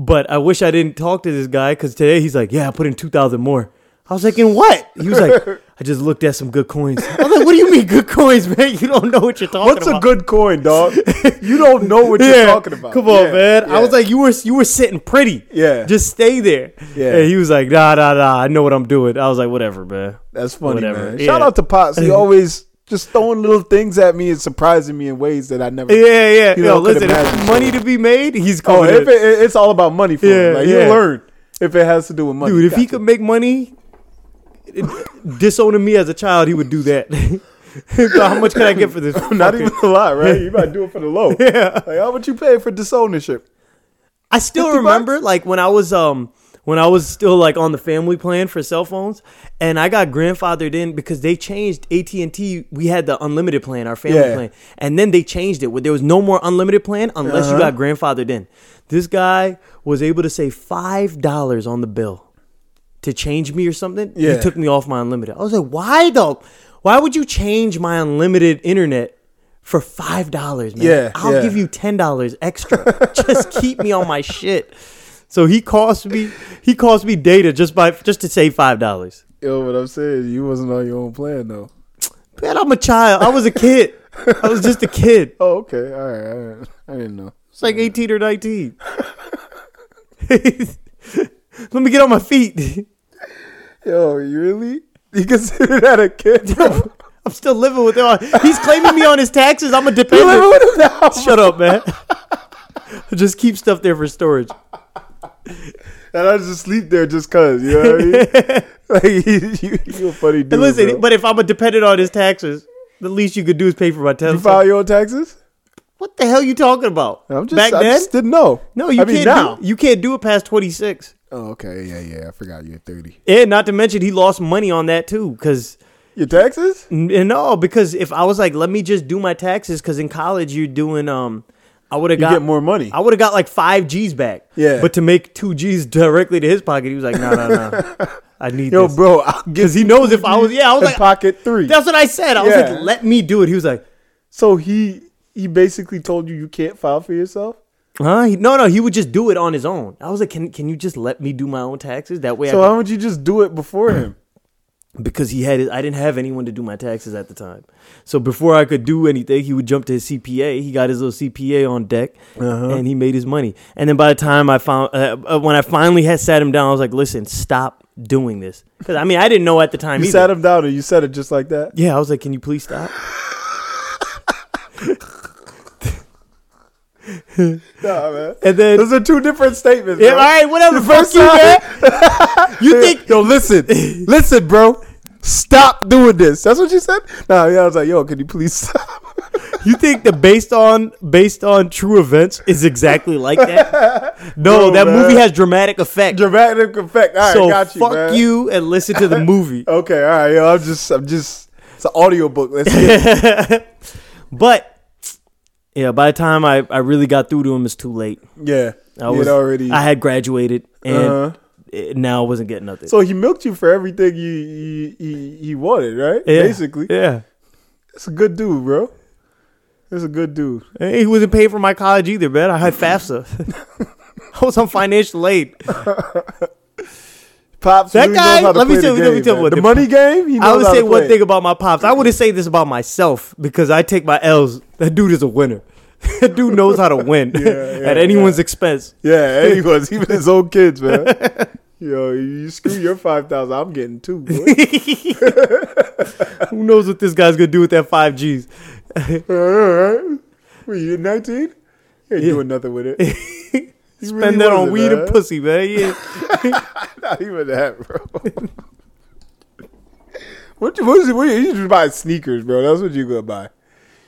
Speaker 2: But I wish I didn't talk to this guy because today he's like, "Yeah, I put in two thousand more." I was like, "In what?" He was
Speaker 1: [laughs]
Speaker 2: like, "I just looked at some good coins." I was like, "What do you mean good coins, man? [laughs] You don't know what you're talking
Speaker 1: what's
Speaker 2: about."
Speaker 1: a good coin,
Speaker 2: [laughs]
Speaker 1: dog? you don't know what you're talking about.
Speaker 2: Come on,
Speaker 1: Yeah,
Speaker 2: man. I
Speaker 1: yeah.
Speaker 2: was like, you were you were sitting pretty.
Speaker 1: Yeah.
Speaker 2: Just stay there.
Speaker 1: Yeah.
Speaker 2: And he was like, nah, nah, nah. I know what I'm doing. I was like, whatever, man.
Speaker 1: That's funny,
Speaker 2: Whatever.
Speaker 1: man.
Speaker 2: Yeah.
Speaker 1: Shout out to Pops.
Speaker 2: [laughs]
Speaker 1: He always just throwing little things at me and surprising me in ways that I never.
Speaker 2: Yeah, yeah.
Speaker 1: You
Speaker 2: Yo,
Speaker 1: know, I could
Speaker 2: listen, if
Speaker 1: imagine.
Speaker 2: there's money to be made, he's
Speaker 1: oh,
Speaker 2: coming.
Speaker 1: if
Speaker 2: in.
Speaker 1: it, it- it's all about money for him.
Speaker 2: Yeah,
Speaker 1: Like,
Speaker 2: yeah.
Speaker 1: You learn if it has to do with money,
Speaker 2: Dude, if he
Speaker 1: Gotcha.
Speaker 2: could make money disowning me as a child, he would do that. [laughs] so how much can I get for this?
Speaker 1: [laughs] Not
Speaker 2: fucking-
Speaker 1: even a lot, right? You might do it for the low.
Speaker 2: [laughs] Yeah.
Speaker 1: Like, how much you pay for disownership?
Speaker 2: I still
Speaker 1: 50 bucks?
Speaker 2: remember like when I was um when I was still like on the family plan for cell phones and I got grandfathered in because they changed AT&T we had the unlimited plan our family
Speaker 1: Yeah.
Speaker 2: plan and then they changed it where there was no more unlimited plan unless you
Speaker 1: Uh-huh.
Speaker 2: got grandfathered in. This guy was able to save $5 on the bill to change me or something.
Speaker 1: Yeah.
Speaker 2: He took me off my unlimited. I was like, "Why though? Why would you change my unlimited internet?" For five dollars, man.
Speaker 1: Yeah,
Speaker 2: I'll
Speaker 1: yeah.
Speaker 2: give you ten dollars [laughs] extra. just keep me on my shit. So he cost me he cost me data just by just to save five dollars.
Speaker 1: Yo, what I'm saying, you wasn't on your own plan though.
Speaker 2: Man, I'm a child. I was a kid. I was just a kid.
Speaker 1: Oh, okay. All right. All right. I didn't know.
Speaker 2: It's like eighteen or nineteen. [laughs] Let me get on my feet.
Speaker 1: Yo, you really? [laughs] You consider that a kid?
Speaker 2: [laughs]
Speaker 1: Bro?
Speaker 2: I'm still living with him. He's claiming me on his taxes. I'm a
Speaker 1: You living
Speaker 2: dependent.
Speaker 1: with him now?
Speaker 2: Shut up, man. I [laughs] just keep stuff there for storage.
Speaker 1: And I just sleep there just cause. You know what I
Speaker 2: [laughs]
Speaker 1: mean? like [laughs] you, you, you a funny dude.
Speaker 2: And listen,
Speaker 1: bro.
Speaker 2: but if I'm a dependent on his taxes, the least you could do is pay for my
Speaker 1: you
Speaker 2: telephone.
Speaker 1: file your own taxes?
Speaker 2: what the hell you talking about?
Speaker 1: I'm just,
Speaker 2: Back
Speaker 1: I
Speaker 2: then?
Speaker 1: just didn't know.
Speaker 2: no, you
Speaker 1: I mean,
Speaker 2: can't.
Speaker 1: now.
Speaker 2: Do, you can't do it past 26.
Speaker 1: Oh, okay. Yeah, yeah. I forgot you're 30.
Speaker 2: And not to mention, he lost money on that too, because.
Speaker 1: Your taxes?
Speaker 2: N- And no, because if I was like, let me just do my taxes, because in college you're doing um, I would have got
Speaker 1: get more money.
Speaker 2: I would have got like five G's back.
Speaker 1: Yeah.
Speaker 2: but to make two G's directly to his pocket, he was like, no, no, no, I [laughs] need
Speaker 1: Yo,
Speaker 2: this.
Speaker 1: bro, I'll get
Speaker 2: Because he knows if I was, yeah, I was
Speaker 1: in
Speaker 2: like,
Speaker 1: pocket three.
Speaker 2: that's what I said. I was
Speaker 1: Yeah.
Speaker 2: like, let me do it. He was like,
Speaker 1: so he he basically told you you can't file for yourself.
Speaker 2: huh? He- no, no, he would just do it on his own. I was like, can can you just let me do my own taxes? That way,
Speaker 1: So
Speaker 2: I
Speaker 1: why don't you just do it before
Speaker 2: [clears throat]
Speaker 1: him?
Speaker 2: because he had I didn't have anyone to do my taxes at the time. So before I could do anything, he would jump to his CPA. He got his little CPA on deck,
Speaker 1: Uh-huh.
Speaker 2: and he made his money. And then by the time I found uh, uh, when I finally had sat him down, I was like, "Listen, stop doing this." Because I mean, I didn't know at the time.
Speaker 1: You
Speaker 2: either.
Speaker 1: sat him down and you said it just like that.
Speaker 2: Yeah, I was like, "Can you please stop?"
Speaker 1: [laughs] Nah, man.
Speaker 2: And then.
Speaker 1: Those are two different statements.
Speaker 2: Yeah, all
Speaker 1: bro.
Speaker 2: right,
Speaker 1: [laughs]
Speaker 2: whatever.
Speaker 1: The
Speaker 2: Fuck
Speaker 1: first
Speaker 2: you, man. You think
Speaker 1: yo, listen, listen, bro. Stop doing this. That's what you said. Nah, yeah, I was like, yo, can you please [laughs]
Speaker 2: [laughs]
Speaker 1: stop?
Speaker 2: [laughs] You think the based on based on true events is exactly like that?
Speaker 1: [laughs]
Speaker 2: No,
Speaker 1: Bro,
Speaker 2: that
Speaker 1: man.
Speaker 2: movie has dramatic effect.
Speaker 1: Dramatic effect. All right,
Speaker 2: so
Speaker 1: got you,
Speaker 2: fuck
Speaker 1: man.
Speaker 2: you and listen to
Speaker 1: [laughs]
Speaker 2: the movie. [laughs]
Speaker 1: Okay, all right, yo, I'm just, I'm just. It's an audio book. Let's get
Speaker 2: [laughs] but yeah, by the time I, I really got through to him, it's too late.
Speaker 1: Yeah,
Speaker 2: I
Speaker 1: he
Speaker 2: was
Speaker 1: had already.
Speaker 2: I had graduated and
Speaker 1: Uh-huh.
Speaker 2: it- now I wasn't getting nothing.
Speaker 1: so he milked you for everything you you, you, you wanted, right?
Speaker 2: Yeah,
Speaker 1: Basically,
Speaker 2: yeah.
Speaker 1: it's a good dude, bro. It's a good dude.
Speaker 2: And he wasn't paying for my college either, man. I had FAFSA. [laughs] I was on financial
Speaker 1: [laughs]
Speaker 2: aid.
Speaker 1: Pops,
Speaker 2: That
Speaker 1: really knows
Speaker 2: guy-
Speaker 1: how to
Speaker 2: let me
Speaker 1: play
Speaker 2: tell
Speaker 1: the
Speaker 2: you- let
Speaker 1: game,
Speaker 2: me tell you
Speaker 1: man.
Speaker 2: what
Speaker 1: the
Speaker 2: the-
Speaker 1: money game. He knows
Speaker 2: I would
Speaker 1: how
Speaker 2: say
Speaker 1: to
Speaker 2: one
Speaker 1: play.
Speaker 2: thing about my pops. I wouldn't say this about myself because I take my L's. That dude is a winner. [laughs] that dude knows how to win
Speaker 1: yeah,
Speaker 2: [laughs] at anyone's expense.
Speaker 1: Yeah, [laughs] anyone's even his own kids,
Speaker 2: [laughs]
Speaker 1: man. Yo, you screw your five thousand, I'm getting two. Boy.
Speaker 2: [laughs] Who knows what this guy's gonna do with that five G's?
Speaker 1: All right, Were you nineteen? You ain't
Speaker 2: Yeah.
Speaker 1: doing nothing with it. You really
Speaker 2: [laughs] Spend that on
Speaker 1: wasn't,
Speaker 2: weed
Speaker 1: man.
Speaker 2: and pussy, man.
Speaker 1: [laughs]
Speaker 2: Yeah.
Speaker 1: Not even that, bro. [laughs] what you what, is, what you you just buy sneakers, bro? That's what you gonna buy.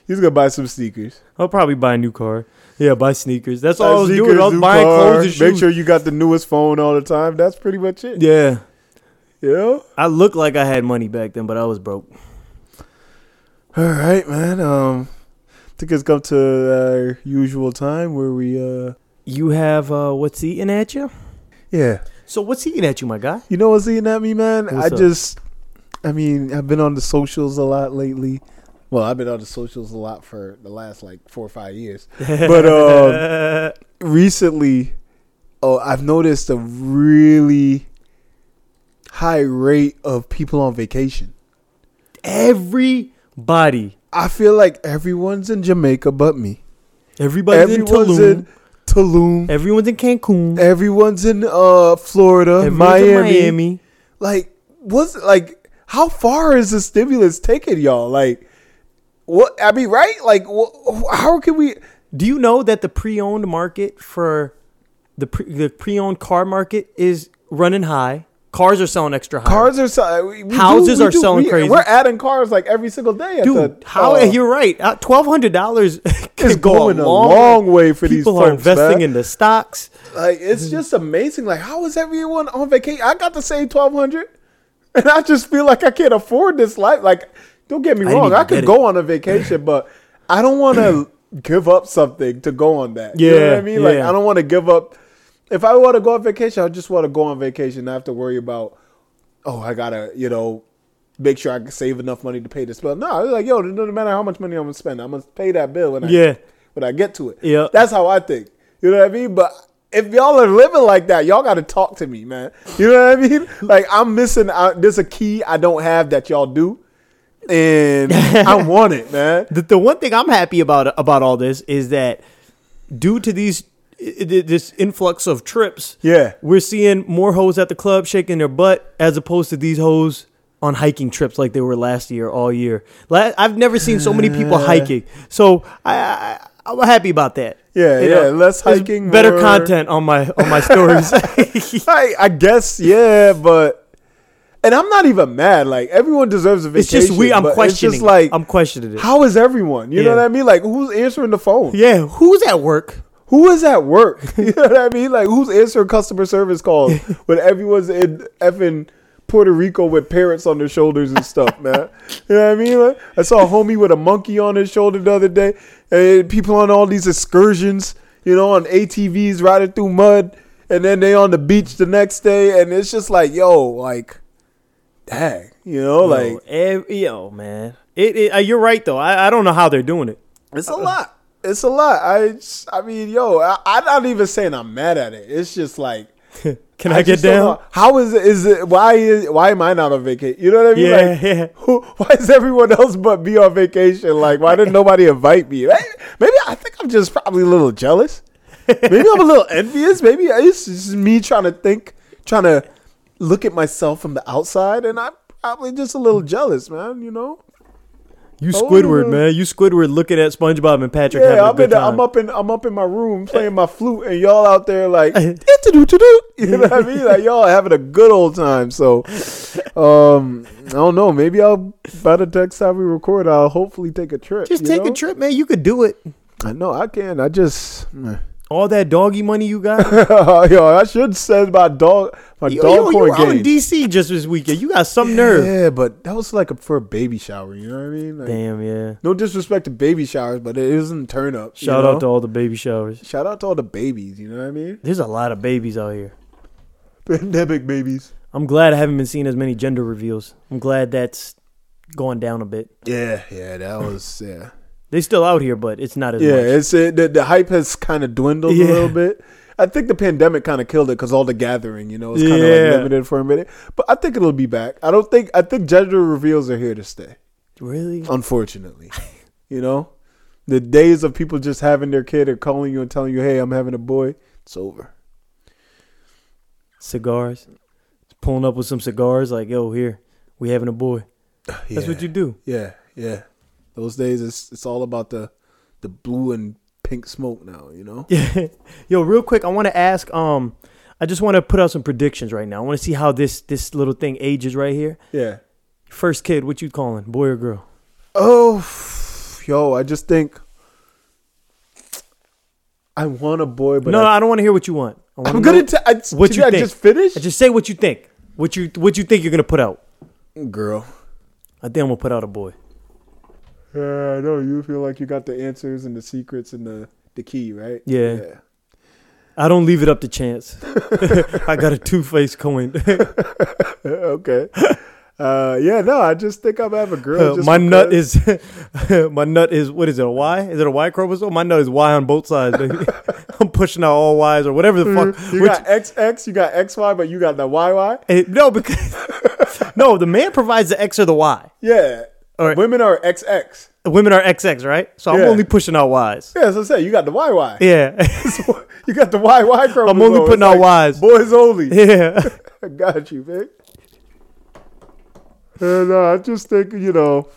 Speaker 1: He's gonna buy some sneakers.
Speaker 2: I'll probably buy a new car. Yeah, buy sneakers. That's
Speaker 1: Buy
Speaker 2: all I was
Speaker 1: sneakers,
Speaker 2: doing. I was
Speaker 1: new
Speaker 2: buying
Speaker 1: car,
Speaker 2: clothes and shoes.
Speaker 1: Make sure you got the newest phone all the time. That's pretty much it.
Speaker 2: yeah.
Speaker 1: You know?
Speaker 2: I looked like I had money back then, but I was broke.
Speaker 1: All right, man. Um, I think it's come to our usual time where we uh,
Speaker 2: You have uh, what's eating at you?
Speaker 1: yeah.
Speaker 2: So what's eating at you, my [laughs] guy?
Speaker 1: You know what's eating at me, man?
Speaker 2: What's
Speaker 1: I
Speaker 2: up?
Speaker 1: just, I mean, I've been on the socials a lot lately. Well, I've been on the socials a lot for the last like four or five years. But um, recently, oh, I've noticed a really high rate of people on vacation.
Speaker 2: everybody,
Speaker 1: I feel like everyone's in Jamaica but me.
Speaker 2: everybody's
Speaker 1: everyone's
Speaker 2: in Tulum,
Speaker 1: in Tulum.
Speaker 2: everyone's in Cancun,
Speaker 1: Everyone's in uh Florida,
Speaker 2: everyone's in
Speaker 1: Miami.
Speaker 2: Miami.
Speaker 1: like what's like how far is the stimulus taking y'all like what i mean right like wh- wh- how can we
Speaker 2: Do you know that the pre-owned market for the pre- the pre-owned car market is running high? Cars are selling extra high.
Speaker 1: cars are selling we, we
Speaker 2: Houses
Speaker 1: do, we
Speaker 2: are
Speaker 1: do,
Speaker 2: selling
Speaker 1: we,
Speaker 2: crazy.
Speaker 1: we're adding cars like every single day at
Speaker 2: dude.
Speaker 1: the,
Speaker 2: how
Speaker 1: uh,
Speaker 2: you're right. Twelve hundred dollars [laughs]
Speaker 1: It's
Speaker 2: is going a long,
Speaker 1: way for these
Speaker 2: People are
Speaker 1: folks,
Speaker 2: investing
Speaker 1: man.
Speaker 2: in the stocks.
Speaker 1: like it's
Speaker 2: Mm-hmm.
Speaker 1: just amazing like how is everyone on vacation i got to save 1200 and i just feel like i can't afford this life like don't get me
Speaker 2: I
Speaker 1: wrong
Speaker 2: need to
Speaker 1: i could
Speaker 2: get
Speaker 1: go on a vacation but i don't want
Speaker 2: [clears throat]
Speaker 1: to give up something to go on that you know what
Speaker 2: Yeah,
Speaker 1: i mean like
Speaker 2: yeah.
Speaker 1: i don't want to give up if i want to go on vacation i just want to go on vacation not have to worry about oh i gotta you know make sure i can save enough money to pay this bill no it's like yo it doesn't matter how much money i'm gonna spend i'm gonna pay that bill when i
Speaker 2: Yeah.
Speaker 1: when i get to it
Speaker 2: Yeah.
Speaker 1: that's how I think. You know what I mean? But if y'all are living like that, y'all got to talk to me, man. You know what I
Speaker 2: [laughs]
Speaker 1: mean? Like I'm missing out. There's a key I don't have that y'all do,
Speaker 2: [laughs]
Speaker 1: and I want it, man.
Speaker 2: The, the one thing I'm happy about about all this is that due to these i- i- this influx of trips.
Speaker 1: Yeah.
Speaker 2: We're seeing more hoes at the club shaking their butt as opposed to these hoes on hiking trips like they were last year, all year. La- I've never seen so many
Speaker 1: Uh.
Speaker 2: people hiking. So I, I, I'm happy about that.
Speaker 1: Yeah, yeah, less
Speaker 2: there's
Speaker 1: hiking,
Speaker 2: better
Speaker 1: more-
Speaker 2: content on my on my stories.
Speaker 1: [laughs]
Speaker 2: [laughs]
Speaker 1: I, I guess, yeah, but. And I'm not even mad. Like, everyone deserves a
Speaker 2: it's
Speaker 1: vacation.
Speaker 2: just we. I'm
Speaker 1: but
Speaker 2: questioning.
Speaker 1: It's just like,
Speaker 2: I'm questioning it.
Speaker 1: how is everyone? You know
Speaker 2: Yeah.
Speaker 1: what I mean? Like, who's answering the phone?
Speaker 2: yeah, who's at work?
Speaker 1: Who is at work? [laughs] You know what I mean? Like, who's answering customer service [laughs] calls when everyone's in effing Puerto Rico with parrots on their shoulders and stuff, [laughs] man? You know what I mean? Like, I saw a homie with a monkey on his shoulder the other day, and people on all these excursions, you know, on ATVs riding through mud, and then they on the beach the next day, and it's just like, yo, like, dang, you know, like,
Speaker 2: yo, ev- Oh, yo, man. It, it, uh, you're right though. I, I don't know how they're doing it.
Speaker 1: It's a lot. uh, It's a lot. I just- I mean, yo, I, I'm not even saying I'm mad at it. It's just like, [laughs]
Speaker 2: Can I, get
Speaker 1: just don't
Speaker 2: down?
Speaker 1: know. How is it? Is it why? Is, why am I not on vacation? You know what I mean?
Speaker 2: Yeah,
Speaker 1: like,
Speaker 2: yeah.
Speaker 1: Who, why is everyone else but me on vacation? Like, why didn't nobody invite me? Maybe, maybe I think I'm just probably a little jealous. Maybe I'm a
Speaker 2: [laughs]
Speaker 1: little envious. Maybe it's just me trying to think, trying to look at myself from the outside, and I'm probably just a little jealous, man. You know?
Speaker 2: You
Speaker 1: Oh,
Speaker 2: Squidward,
Speaker 1: yeah.
Speaker 2: man. You Squidward looking at SpongeBob and Patrick having
Speaker 1: Yeah,
Speaker 2: a
Speaker 1: I'm
Speaker 2: good
Speaker 1: in. The,
Speaker 2: time.
Speaker 1: I'm up in. I'm up in my room playing my flute, and y'all out there
Speaker 2: [laughs]
Speaker 1: like, "Doo-doo-doo-doo-doo." [laughs] you know what I mean? Like y'all having a good old time. So, um, I don't know. Maybe I'll by the next time we record, I'll hopefully take a trip.
Speaker 2: Just
Speaker 1: you
Speaker 2: take
Speaker 1: know?
Speaker 2: a trip, man. You could do it.
Speaker 1: I know I can. I just, [laughs]
Speaker 2: All that doggy money you got.
Speaker 1: yo, I should send my dog, my
Speaker 2: you,
Speaker 1: dog
Speaker 2: you, you
Speaker 1: coin
Speaker 2: were out in
Speaker 1: game.
Speaker 2: DC just this weekend. You got some nerve.
Speaker 1: Yeah, but that was like a, for a baby shower. You know what I mean? Like,
Speaker 2: Damn, yeah.
Speaker 1: No disrespect to baby showers, but it isn't turn up. you
Speaker 2: Shout
Speaker 1: know?
Speaker 2: out to all the baby showers.
Speaker 1: shout out to all the babies. You know what I mean? [laughs]
Speaker 2: There's a lot of babies out here.
Speaker 1: Pandemic babies.
Speaker 2: I'm glad I haven't been seeing as many gender reveals. I'm glad that's gone down a bit.
Speaker 1: Yeah, yeah, that was yeah.
Speaker 2: They still out here, but it's not as
Speaker 1: Yeah,
Speaker 2: much.
Speaker 1: it's it, the, the hype has kind of dwindled a
Speaker 2: Yeah.
Speaker 1: little bit. I think the pandemic kind of killed it because all the gathering, you know, it's kind of
Speaker 2: Yeah.
Speaker 1: like limited for a minute. But I think it'll be back. I don't think I think gender reveals are here to stay.
Speaker 2: Really?
Speaker 1: Unfortunately, you know, the days of people just having their kid or calling you and telling you, "Hey, I'm having a boy," it's [sighs] over.
Speaker 2: Cigars. Pulling up with some cigars, like, yo, here, we having a boy. That's
Speaker 1: Yeah.
Speaker 2: what you do.
Speaker 1: Yeah, yeah. Those days, it's it's all about the the blue and pink smoke now. You know.
Speaker 2: Yeah. [laughs] Yo, real quick, I want to ask. Um, I just want to put out some predictions right now. I want to see how this this little thing ages right here.
Speaker 1: Yeah.
Speaker 2: First kid, what you calling, boy or girl?
Speaker 1: Oh, yo, I just think I want a boy, but
Speaker 2: no, no,
Speaker 1: I,
Speaker 2: I don't want to hear what you want. I wanna
Speaker 1: am gonna.
Speaker 2: know-
Speaker 1: T- I,
Speaker 2: what
Speaker 1: did
Speaker 2: you
Speaker 1: I
Speaker 2: think.
Speaker 1: just finish?
Speaker 2: I just say what you think. What you what you think you're gonna put out?
Speaker 1: Girl,
Speaker 2: I think I'm gonna put out a boy.
Speaker 1: yeah, I know you feel like you got the answers and the secrets and the the key, right?
Speaker 2: Yeah. I don't leave it up to chance. [laughs] I got a two faced coin.
Speaker 1: [laughs] okay. Uh, yeah, no, I just think I'm gonna have a
Speaker 2: [laughs]
Speaker 1: girl. just
Speaker 2: Uh, my nut
Speaker 1: because-
Speaker 2: is my nut is [laughs] what is it a Y? Is it a Y chromosome? My nut is Y on both sides. Baby. [laughs] I'm pushing out all Ys or whatever the fuck.
Speaker 1: [laughs] Mm, You
Speaker 2: which- [laughs]
Speaker 1: got XX, you got XY, but you got the YY.
Speaker 2: Eh, no, because [laughs] no, the man provides the X or the Y.
Speaker 1: Yeah.
Speaker 2: All right.
Speaker 1: Women are XX.
Speaker 2: Women are XX, right? So I'm
Speaker 1: Yeah.
Speaker 2: only pushing out Ys.
Speaker 1: Yeah, so say you got the YY.
Speaker 2: Yeah,
Speaker 1: [laughs]
Speaker 2: [laughs]
Speaker 1: You got the YY chromosome.
Speaker 2: I'm only putting
Speaker 1: It's
Speaker 2: out
Speaker 1: like
Speaker 2: Ys.
Speaker 1: Boys only. [laughs]
Speaker 2: yeah.
Speaker 1: I got you, Vic. And uh, I just think, you know,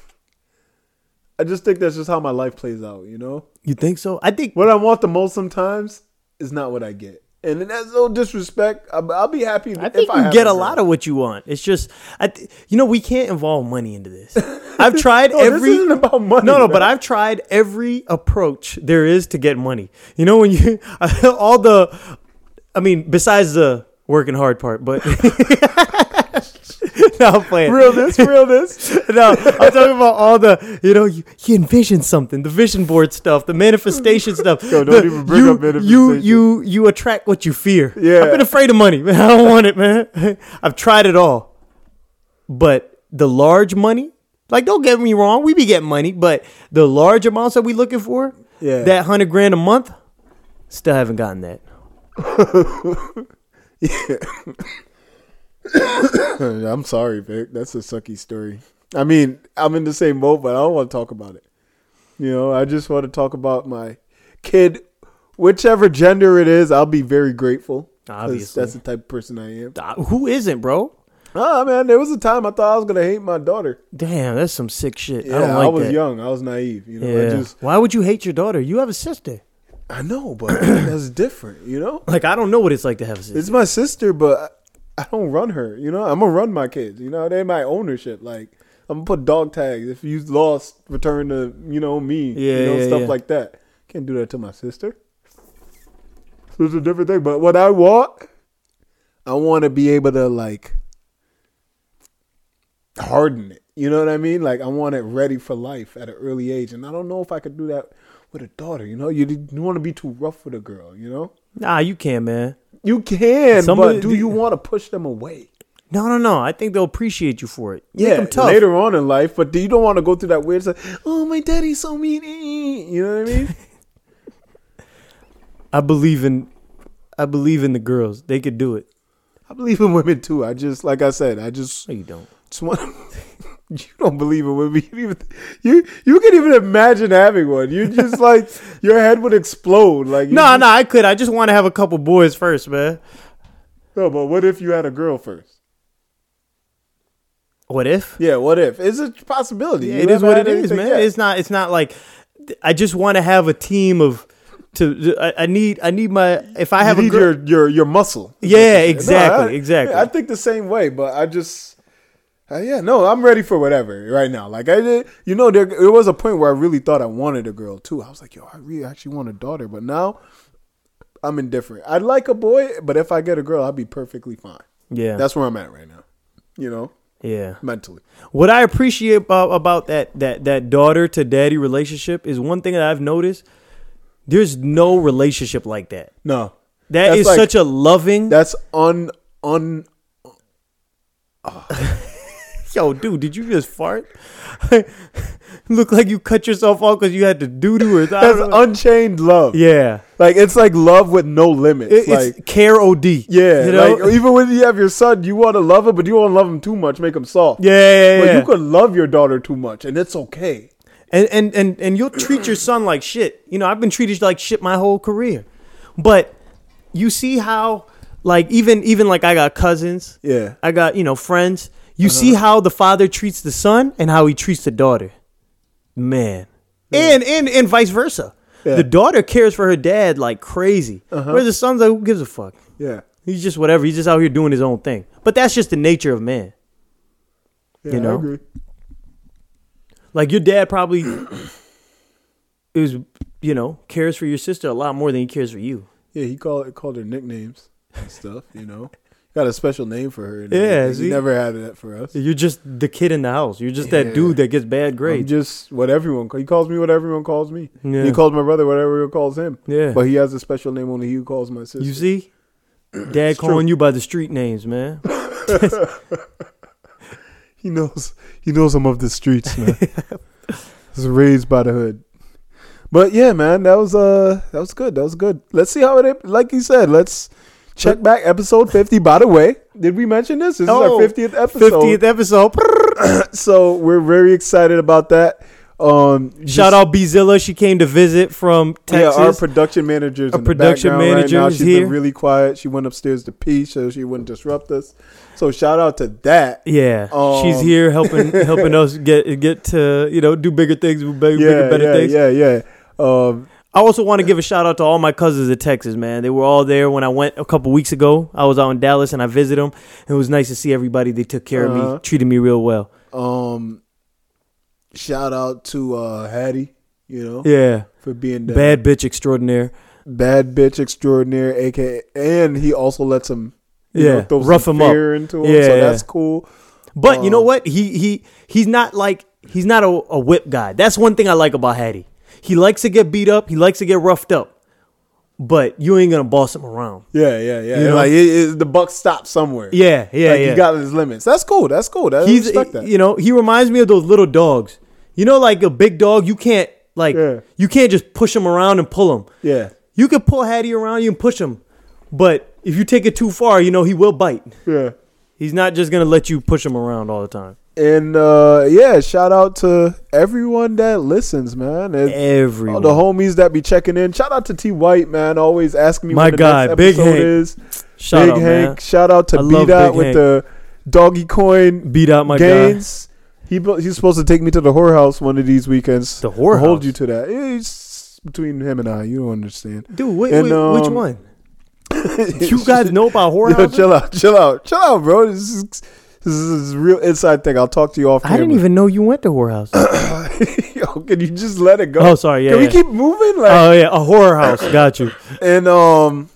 Speaker 1: I just think that's just how my life plays out, you know?
Speaker 2: You think so? I think.
Speaker 1: What I want the most sometimes is not what I get. And that's no disrespect. I'll, I'll be happy
Speaker 2: I think
Speaker 1: if I
Speaker 2: you
Speaker 1: have
Speaker 2: get a
Speaker 1: girl.
Speaker 2: lot of what you want. It's just, I, th- you know, we can't involve money into
Speaker 1: [laughs]
Speaker 2: this. I've tried
Speaker 1: No,
Speaker 2: every.
Speaker 1: this isn't about money.
Speaker 2: no, no,
Speaker 1: man.
Speaker 2: but I've tried every approach there is to get money. You know, when you [laughs] all the, I mean, besides the working hard part, but [laughs] no, I'm
Speaker 1: [laughs]
Speaker 2: playing.
Speaker 1: real this, real
Speaker 2: [laughs]
Speaker 1: this.
Speaker 2: no, I'm talking about all the, you know, you, you envision something, the vision board stuff,
Speaker 1: [laughs]
Speaker 2: the manifestation stuff.
Speaker 1: Yo, don't
Speaker 2: the-
Speaker 1: even bring
Speaker 2: you,
Speaker 1: up manifestation.
Speaker 2: You, you, you attract what you fear.
Speaker 1: Yeah.
Speaker 2: I've been afraid of money, [laughs] man. I don't want it, man. [laughs] I've tried it all. But the large money, like, don't get me wrong, we be getting money, but the large amounts that we looking for,
Speaker 1: Yeah.
Speaker 2: that hundred grand a month, still haven't gotten that.
Speaker 1: [laughs] I'm sorry, Vic. That's a sucky story. I mean, I'm in the same boat, but I don't want to talk about it. You know, I just want to talk about my kid whichever gender it is, I'll be very grateful. 'Cause
Speaker 2: Obviously.
Speaker 1: that's the type of person I am.
Speaker 2: Uh, Who isn't, bro?
Speaker 1: Ah, man, there was a time I thought I was gonna hate my daughter.
Speaker 2: Damn, that's some sick shit.
Speaker 1: Yeah,
Speaker 2: I don't like
Speaker 1: was
Speaker 2: that.
Speaker 1: young. I was naive. You know,
Speaker 2: Yeah.
Speaker 1: I just
Speaker 2: Why would you hate your daughter? You have a sister.
Speaker 1: I know, but that's different. You know,
Speaker 2: Like I don't know what it's like to have a sister.
Speaker 1: it's my sister, but I I don't run her. You know, I'm gonna run my kids. You know, they're my ownership. Like I'm gonna put dog tags. If you lost, return to you know me.
Speaker 2: Yeah,
Speaker 1: you know
Speaker 2: yeah,
Speaker 1: stuff
Speaker 2: yeah.
Speaker 1: like that. Can't do that to my sister. So it's a different thing. But what I want, I want to be able to like harden it. You know what I mean? Like I want it ready for life at an early age, and I don't know if I could do that with a daughter. You know, you, you want to be too rough with a girl. You know.
Speaker 2: Nah, you can't, man.
Speaker 1: You can,
Speaker 2: Some of
Speaker 1: but
Speaker 2: the-
Speaker 1: do you want to push them away?
Speaker 2: No, no, no. I think they'll appreciate you for it. Make 'em tough.
Speaker 1: later on in life, but you don't want to go through that weird. Stuff, oh, my daddy's so mean. [laughs] eh, eh," You know what I mean?
Speaker 2: I believe in, I believe in the girls. They could do it.
Speaker 1: [laughs] I believe in women too. I just, like I said, I just,
Speaker 2: No, you don't.
Speaker 1: just want. [laughs] you don't believe in women. You, even, you you can even imagine having one. You [laughs] just like your head would explode. Like you
Speaker 2: No,
Speaker 1: just-
Speaker 2: no. I could. I just want to have a couple boys first, man.
Speaker 1: no. But what if you had a girl first?
Speaker 2: What if?
Speaker 1: Yeah. What if? It's a possibility. You
Speaker 2: it is
Speaker 1: haven't
Speaker 2: what
Speaker 1: had
Speaker 2: it is,
Speaker 1: anything
Speaker 2: man.
Speaker 1: yet.
Speaker 2: It's not. It's not like I just want to have a team of. To I, I need. I need my. If I have
Speaker 1: you
Speaker 2: a
Speaker 1: need
Speaker 2: girl,
Speaker 1: your your your muscle.
Speaker 2: Yeah,
Speaker 1: No, I-
Speaker 2: exactly,
Speaker 1: I-
Speaker 2: exactly.
Speaker 1: I think the same way, but I just. uh, yeah, no, I'm ready for whatever right now. Like I did, you know, there it was a point where I really thought I wanted a girl too. I was like, yo, I really actually want a daughter, but now I'm indifferent. I'd like a boy, but if I get a girl, I'd be perfectly fine.
Speaker 2: yeah,
Speaker 1: That's where I'm at right now. You know,
Speaker 2: yeah.
Speaker 1: mentally.
Speaker 2: What I appreciate about, about that that that daughter to daddy relationship is one thing that I've noticed. There's no relationship like that.
Speaker 1: No,
Speaker 2: That
Speaker 1: That's
Speaker 2: is
Speaker 1: like-
Speaker 2: such a loving.
Speaker 1: that's un un.
Speaker 2: Yo, dude, did you just fart? [laughs] Look like you cut yourself off because you had to doo doo or
Speaker 1: That's unchained love.
Speaker 2: yeah.
Speaker 1: Like it's like love with no limits.
Speaker 2: It-
Speaker 1: like
Speaker 2: it's care od.
Speaker 1: Yeah,
Speaker 2: you know?
Speaker 1: like even when you have your son, you want to love him, but you don't love him too much, make him soft.
Speaker 2: yeah, yeah, yeah,
Speaker 1: but
Speaker 2: yeah.
Speaker 1: you could love your daughter too much, and it's okay.
Speaker 2: and and and and you'll treat your son like shit. You know, I've been treated like shit my whole career, but you see how like even even like I got cousins.
Speaker 1: Yeah. Uh-huh.
Speaker 2: I got you know friends. You see how the father treats the son and how he treats the daughter, man, and and and vice versa.
Speaker 1: Yeah. Uh-huh.
Speaker 2: The daughter cares for her dad like crazy, whereas the son's like, who gives a fuck?
Speaker 1: Yeah,
Speaker 2: He's just whatever. He's just out here doing his own thing. But that's just the nature of man.
Speaker 1: yeah
Speaker 2: You know?
Speaker 1: I agree.
Speaker 2: Like your dad probably is, you know, cares for your sister a lot more than he cares for you.
Speaker 1: Yeah, he called called her nicknames and stuff. You know, got a special name for her. and
Speaker 2: Yeah,
Speaker 1: everything.
Speaker 2: see?
Speaker 1: he never had that for us.
Speaker 2: You're just the kid in the house. You're just
Speaker 1: Yeah.
Speaker 2: that dude that gets bad
Speaker 1: I'm
Speaker 2: grades.
Speaker 1: just what everyone. He calls me what everyone calls me.
Speaker 2: Yeah.
Speaker 1: He calls my brother what everyone calls him.
Speaker 2: Yeah.
Speaker 1: but he has a special name only he calls my sister.
Speaker 2: you see, dad
Speaker 1: true.
Speaker 2: calling you by the street
Speaker 1: [laughs]
Speaker 2: names, man.
Speaker 1: He knows. He knows I'm of the streets,
Speaker 2: [laughs]
Speaker 1: man. was raised by the hood. But yeah, man, that was uh, that was good. That was good. Let's see how it. Like you said, let's check back episode 50. By the way, did we mention this? This
Speaker 2: Oh,
Speaker 1: is our 50th episode.
Speaker 2: Fiftieth episode.
Speaker 1: So we're very excited about that. Um, just-
Speaker 2: Shout out Bzilla. She came to visit from Texas.
Speaker 1: Yeah, our production manager's
Speaker 2: Our
Speaker 1: in the
Speaker 2: production
Speaker 1: background right
Speaker 2: manager
Speaker 1: now.
Speaker 2: is
Speaker 1: She's
Speaker 2: here.
Speaker 1: been really quiet. She went upstairs to pee so she wouldn't disrupt us. So shout out to that.
Speaker 2: yeah, she's
Speaker 1: Um,
Speaker 2: here
Speaker 1: [laughs]
Speaker 2: helping helping us get get to you know do bigger things, do bigger,
Speaker 1: Yeah,
Speaker 2: bigger better
Speaker 1: yeah,
Speaker 2: things.
Speaker 1: yeah, yeah. Um,
Speaker 2: I also want to give a shout out to all my cousins in Texas, man. They were all there when I went a couple weeks ago. I was out in Dallas and I visited them. It was nice to see everybody. They took care of
Speaker 1: Uh-huh.
Speaker 2: me, treated me real well.
Speaker 1: Um, shout out to uh, Hattie, you know,
Speaker 2: Yeah.
Speaker 1: for being the bad.
Speaker 2: Bad bitch extraordinaire.
Speaker 1: bitch extraordinaire, aka, and he also lets him, you
Speaker 2: Yeah,
Speaker 1: know, throw
Speaker 2: rough
Speaker 1: some
Speaker 2: him up.
Speaker 1: fear into him.
Speaker 2: Yeah,
Speaker 1: so
Speaker 2: yeah.
Speaker 1: that's cool.
Speaker 2: But you know what? He he he's not like he's not a, a whip guy. That's one thing I like about Hattie. He likes to get beat up. He likes to get roughed up. But you ain't gonna boss him around.
Speaker 1: Yeah, yeah, yeah.
Speaker 2: You know?
Speaker 1: Like it, it- the buck stops somewhere.
Speaker 2: Yeah, yeah,
Speaker 1: like,
Speaker 2: yeah.
Speaker 1: He got his limits. That's cool. That's cool. That,
Speaker 2: he's
Speaker 1: I respect that.
Speaker 2: you know he reminds me of those little dogs you know like a big dog you can't like
Speaker 1: Yeah.
Speaker 2: you can't just push him around and pull him
Speaker 1: Yeah.
Speaker 2: you can pull hattie around you and push him but if you take it too far you know he will bite
Speaker 1: yeah,
Speaker 2: He's not just gonna let you push him around all the time.
Speaker 1: And uh, yeah, shout out to everyone that listens, man. And all
Speaker 2: Everyone.
Speaker 1: Oh, the homies that be checking in. Shout out to T White, man. Always asking me
Speaker 2: My
Speaker 1: when the
Speaker 2: guy,
Speaker 1: next
Speaker 2: Big
Speaker 1: episode
Speaker 2: Hank.
Speaker 1: is.
Speaker 2: Shout
Speaker 1: Big
Speaker 2: out,
Speaker 1: Hank. Shout out
Speaker 2: I
Speaker 1: to B
Speaker 2: love
Speaker 1: Dot
Speaker 2: Big
Speaker 1: with
Speaker 2: Hank.
Speaker 1: the doggy coin
Speaker 2: man. Beat out my guy.
Speaker 1: gains. He bu- he's supposed to take me to the whorehouse one of these weekends.
Speaker 2: The whorehouse?
Speaker 1: Hold you to that. It's between him and I. You don't understand. [laughs]
Speaker 2: Dude, wait,
Speaker 1: And,
Speaker 2: wait, which
Speaker 1: um, [laughs]
Speaker 2: one? You guys know about
Speaker 1: Yo,
Speaker 2: whorehouses?
Speaker 1: chill out, chill out, chill out, bro. This is this is a real inside thing. I'll talk to you off.
Speaker 2: I didn't
Speaker 1: camera.
Speaker 2: even know you went
Speaker 1: [coughs]
Speaker 2: to
Speaker 1: [laughs]
Speaker 2: whorehouses.
Speaker 1: Yo, can you just let it go?
Speaker 2: oh, sorry. Yeah.
Speaker 1: can we
Speaker 2: yeah.
Speaker 1: keep moving? Like,
Speaker 2: Oh yeah, a horror house. Got you.
Speaker 1: and um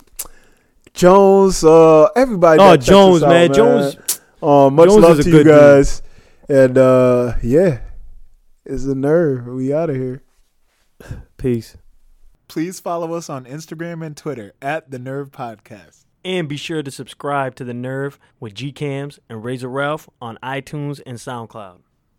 Speaker 1: Jones, uh everybody.
Speaker 2: Oh
Speaker 1: that checks
Speaker 2: Jones,
Speaker 1: us out,
Speaker 2: man. Jones.
Speaker 1: Um much
Speaker 2: Jones
Speaker 1: love
Speaker 2: is a
Speaker 1: to you
Speaker 2: good dude.
Speaker 1: guys. And uh yeah. It's a nerve. We out of here.
Speaker 2: Peace.
Speaker 1: Please follow us on Instagram and Twitter at the Nerve Podcast.
Speaker 2: And be sure to subscribe to The Nerve with G Cams and Razor Ralph on iTunes and SoundCloud.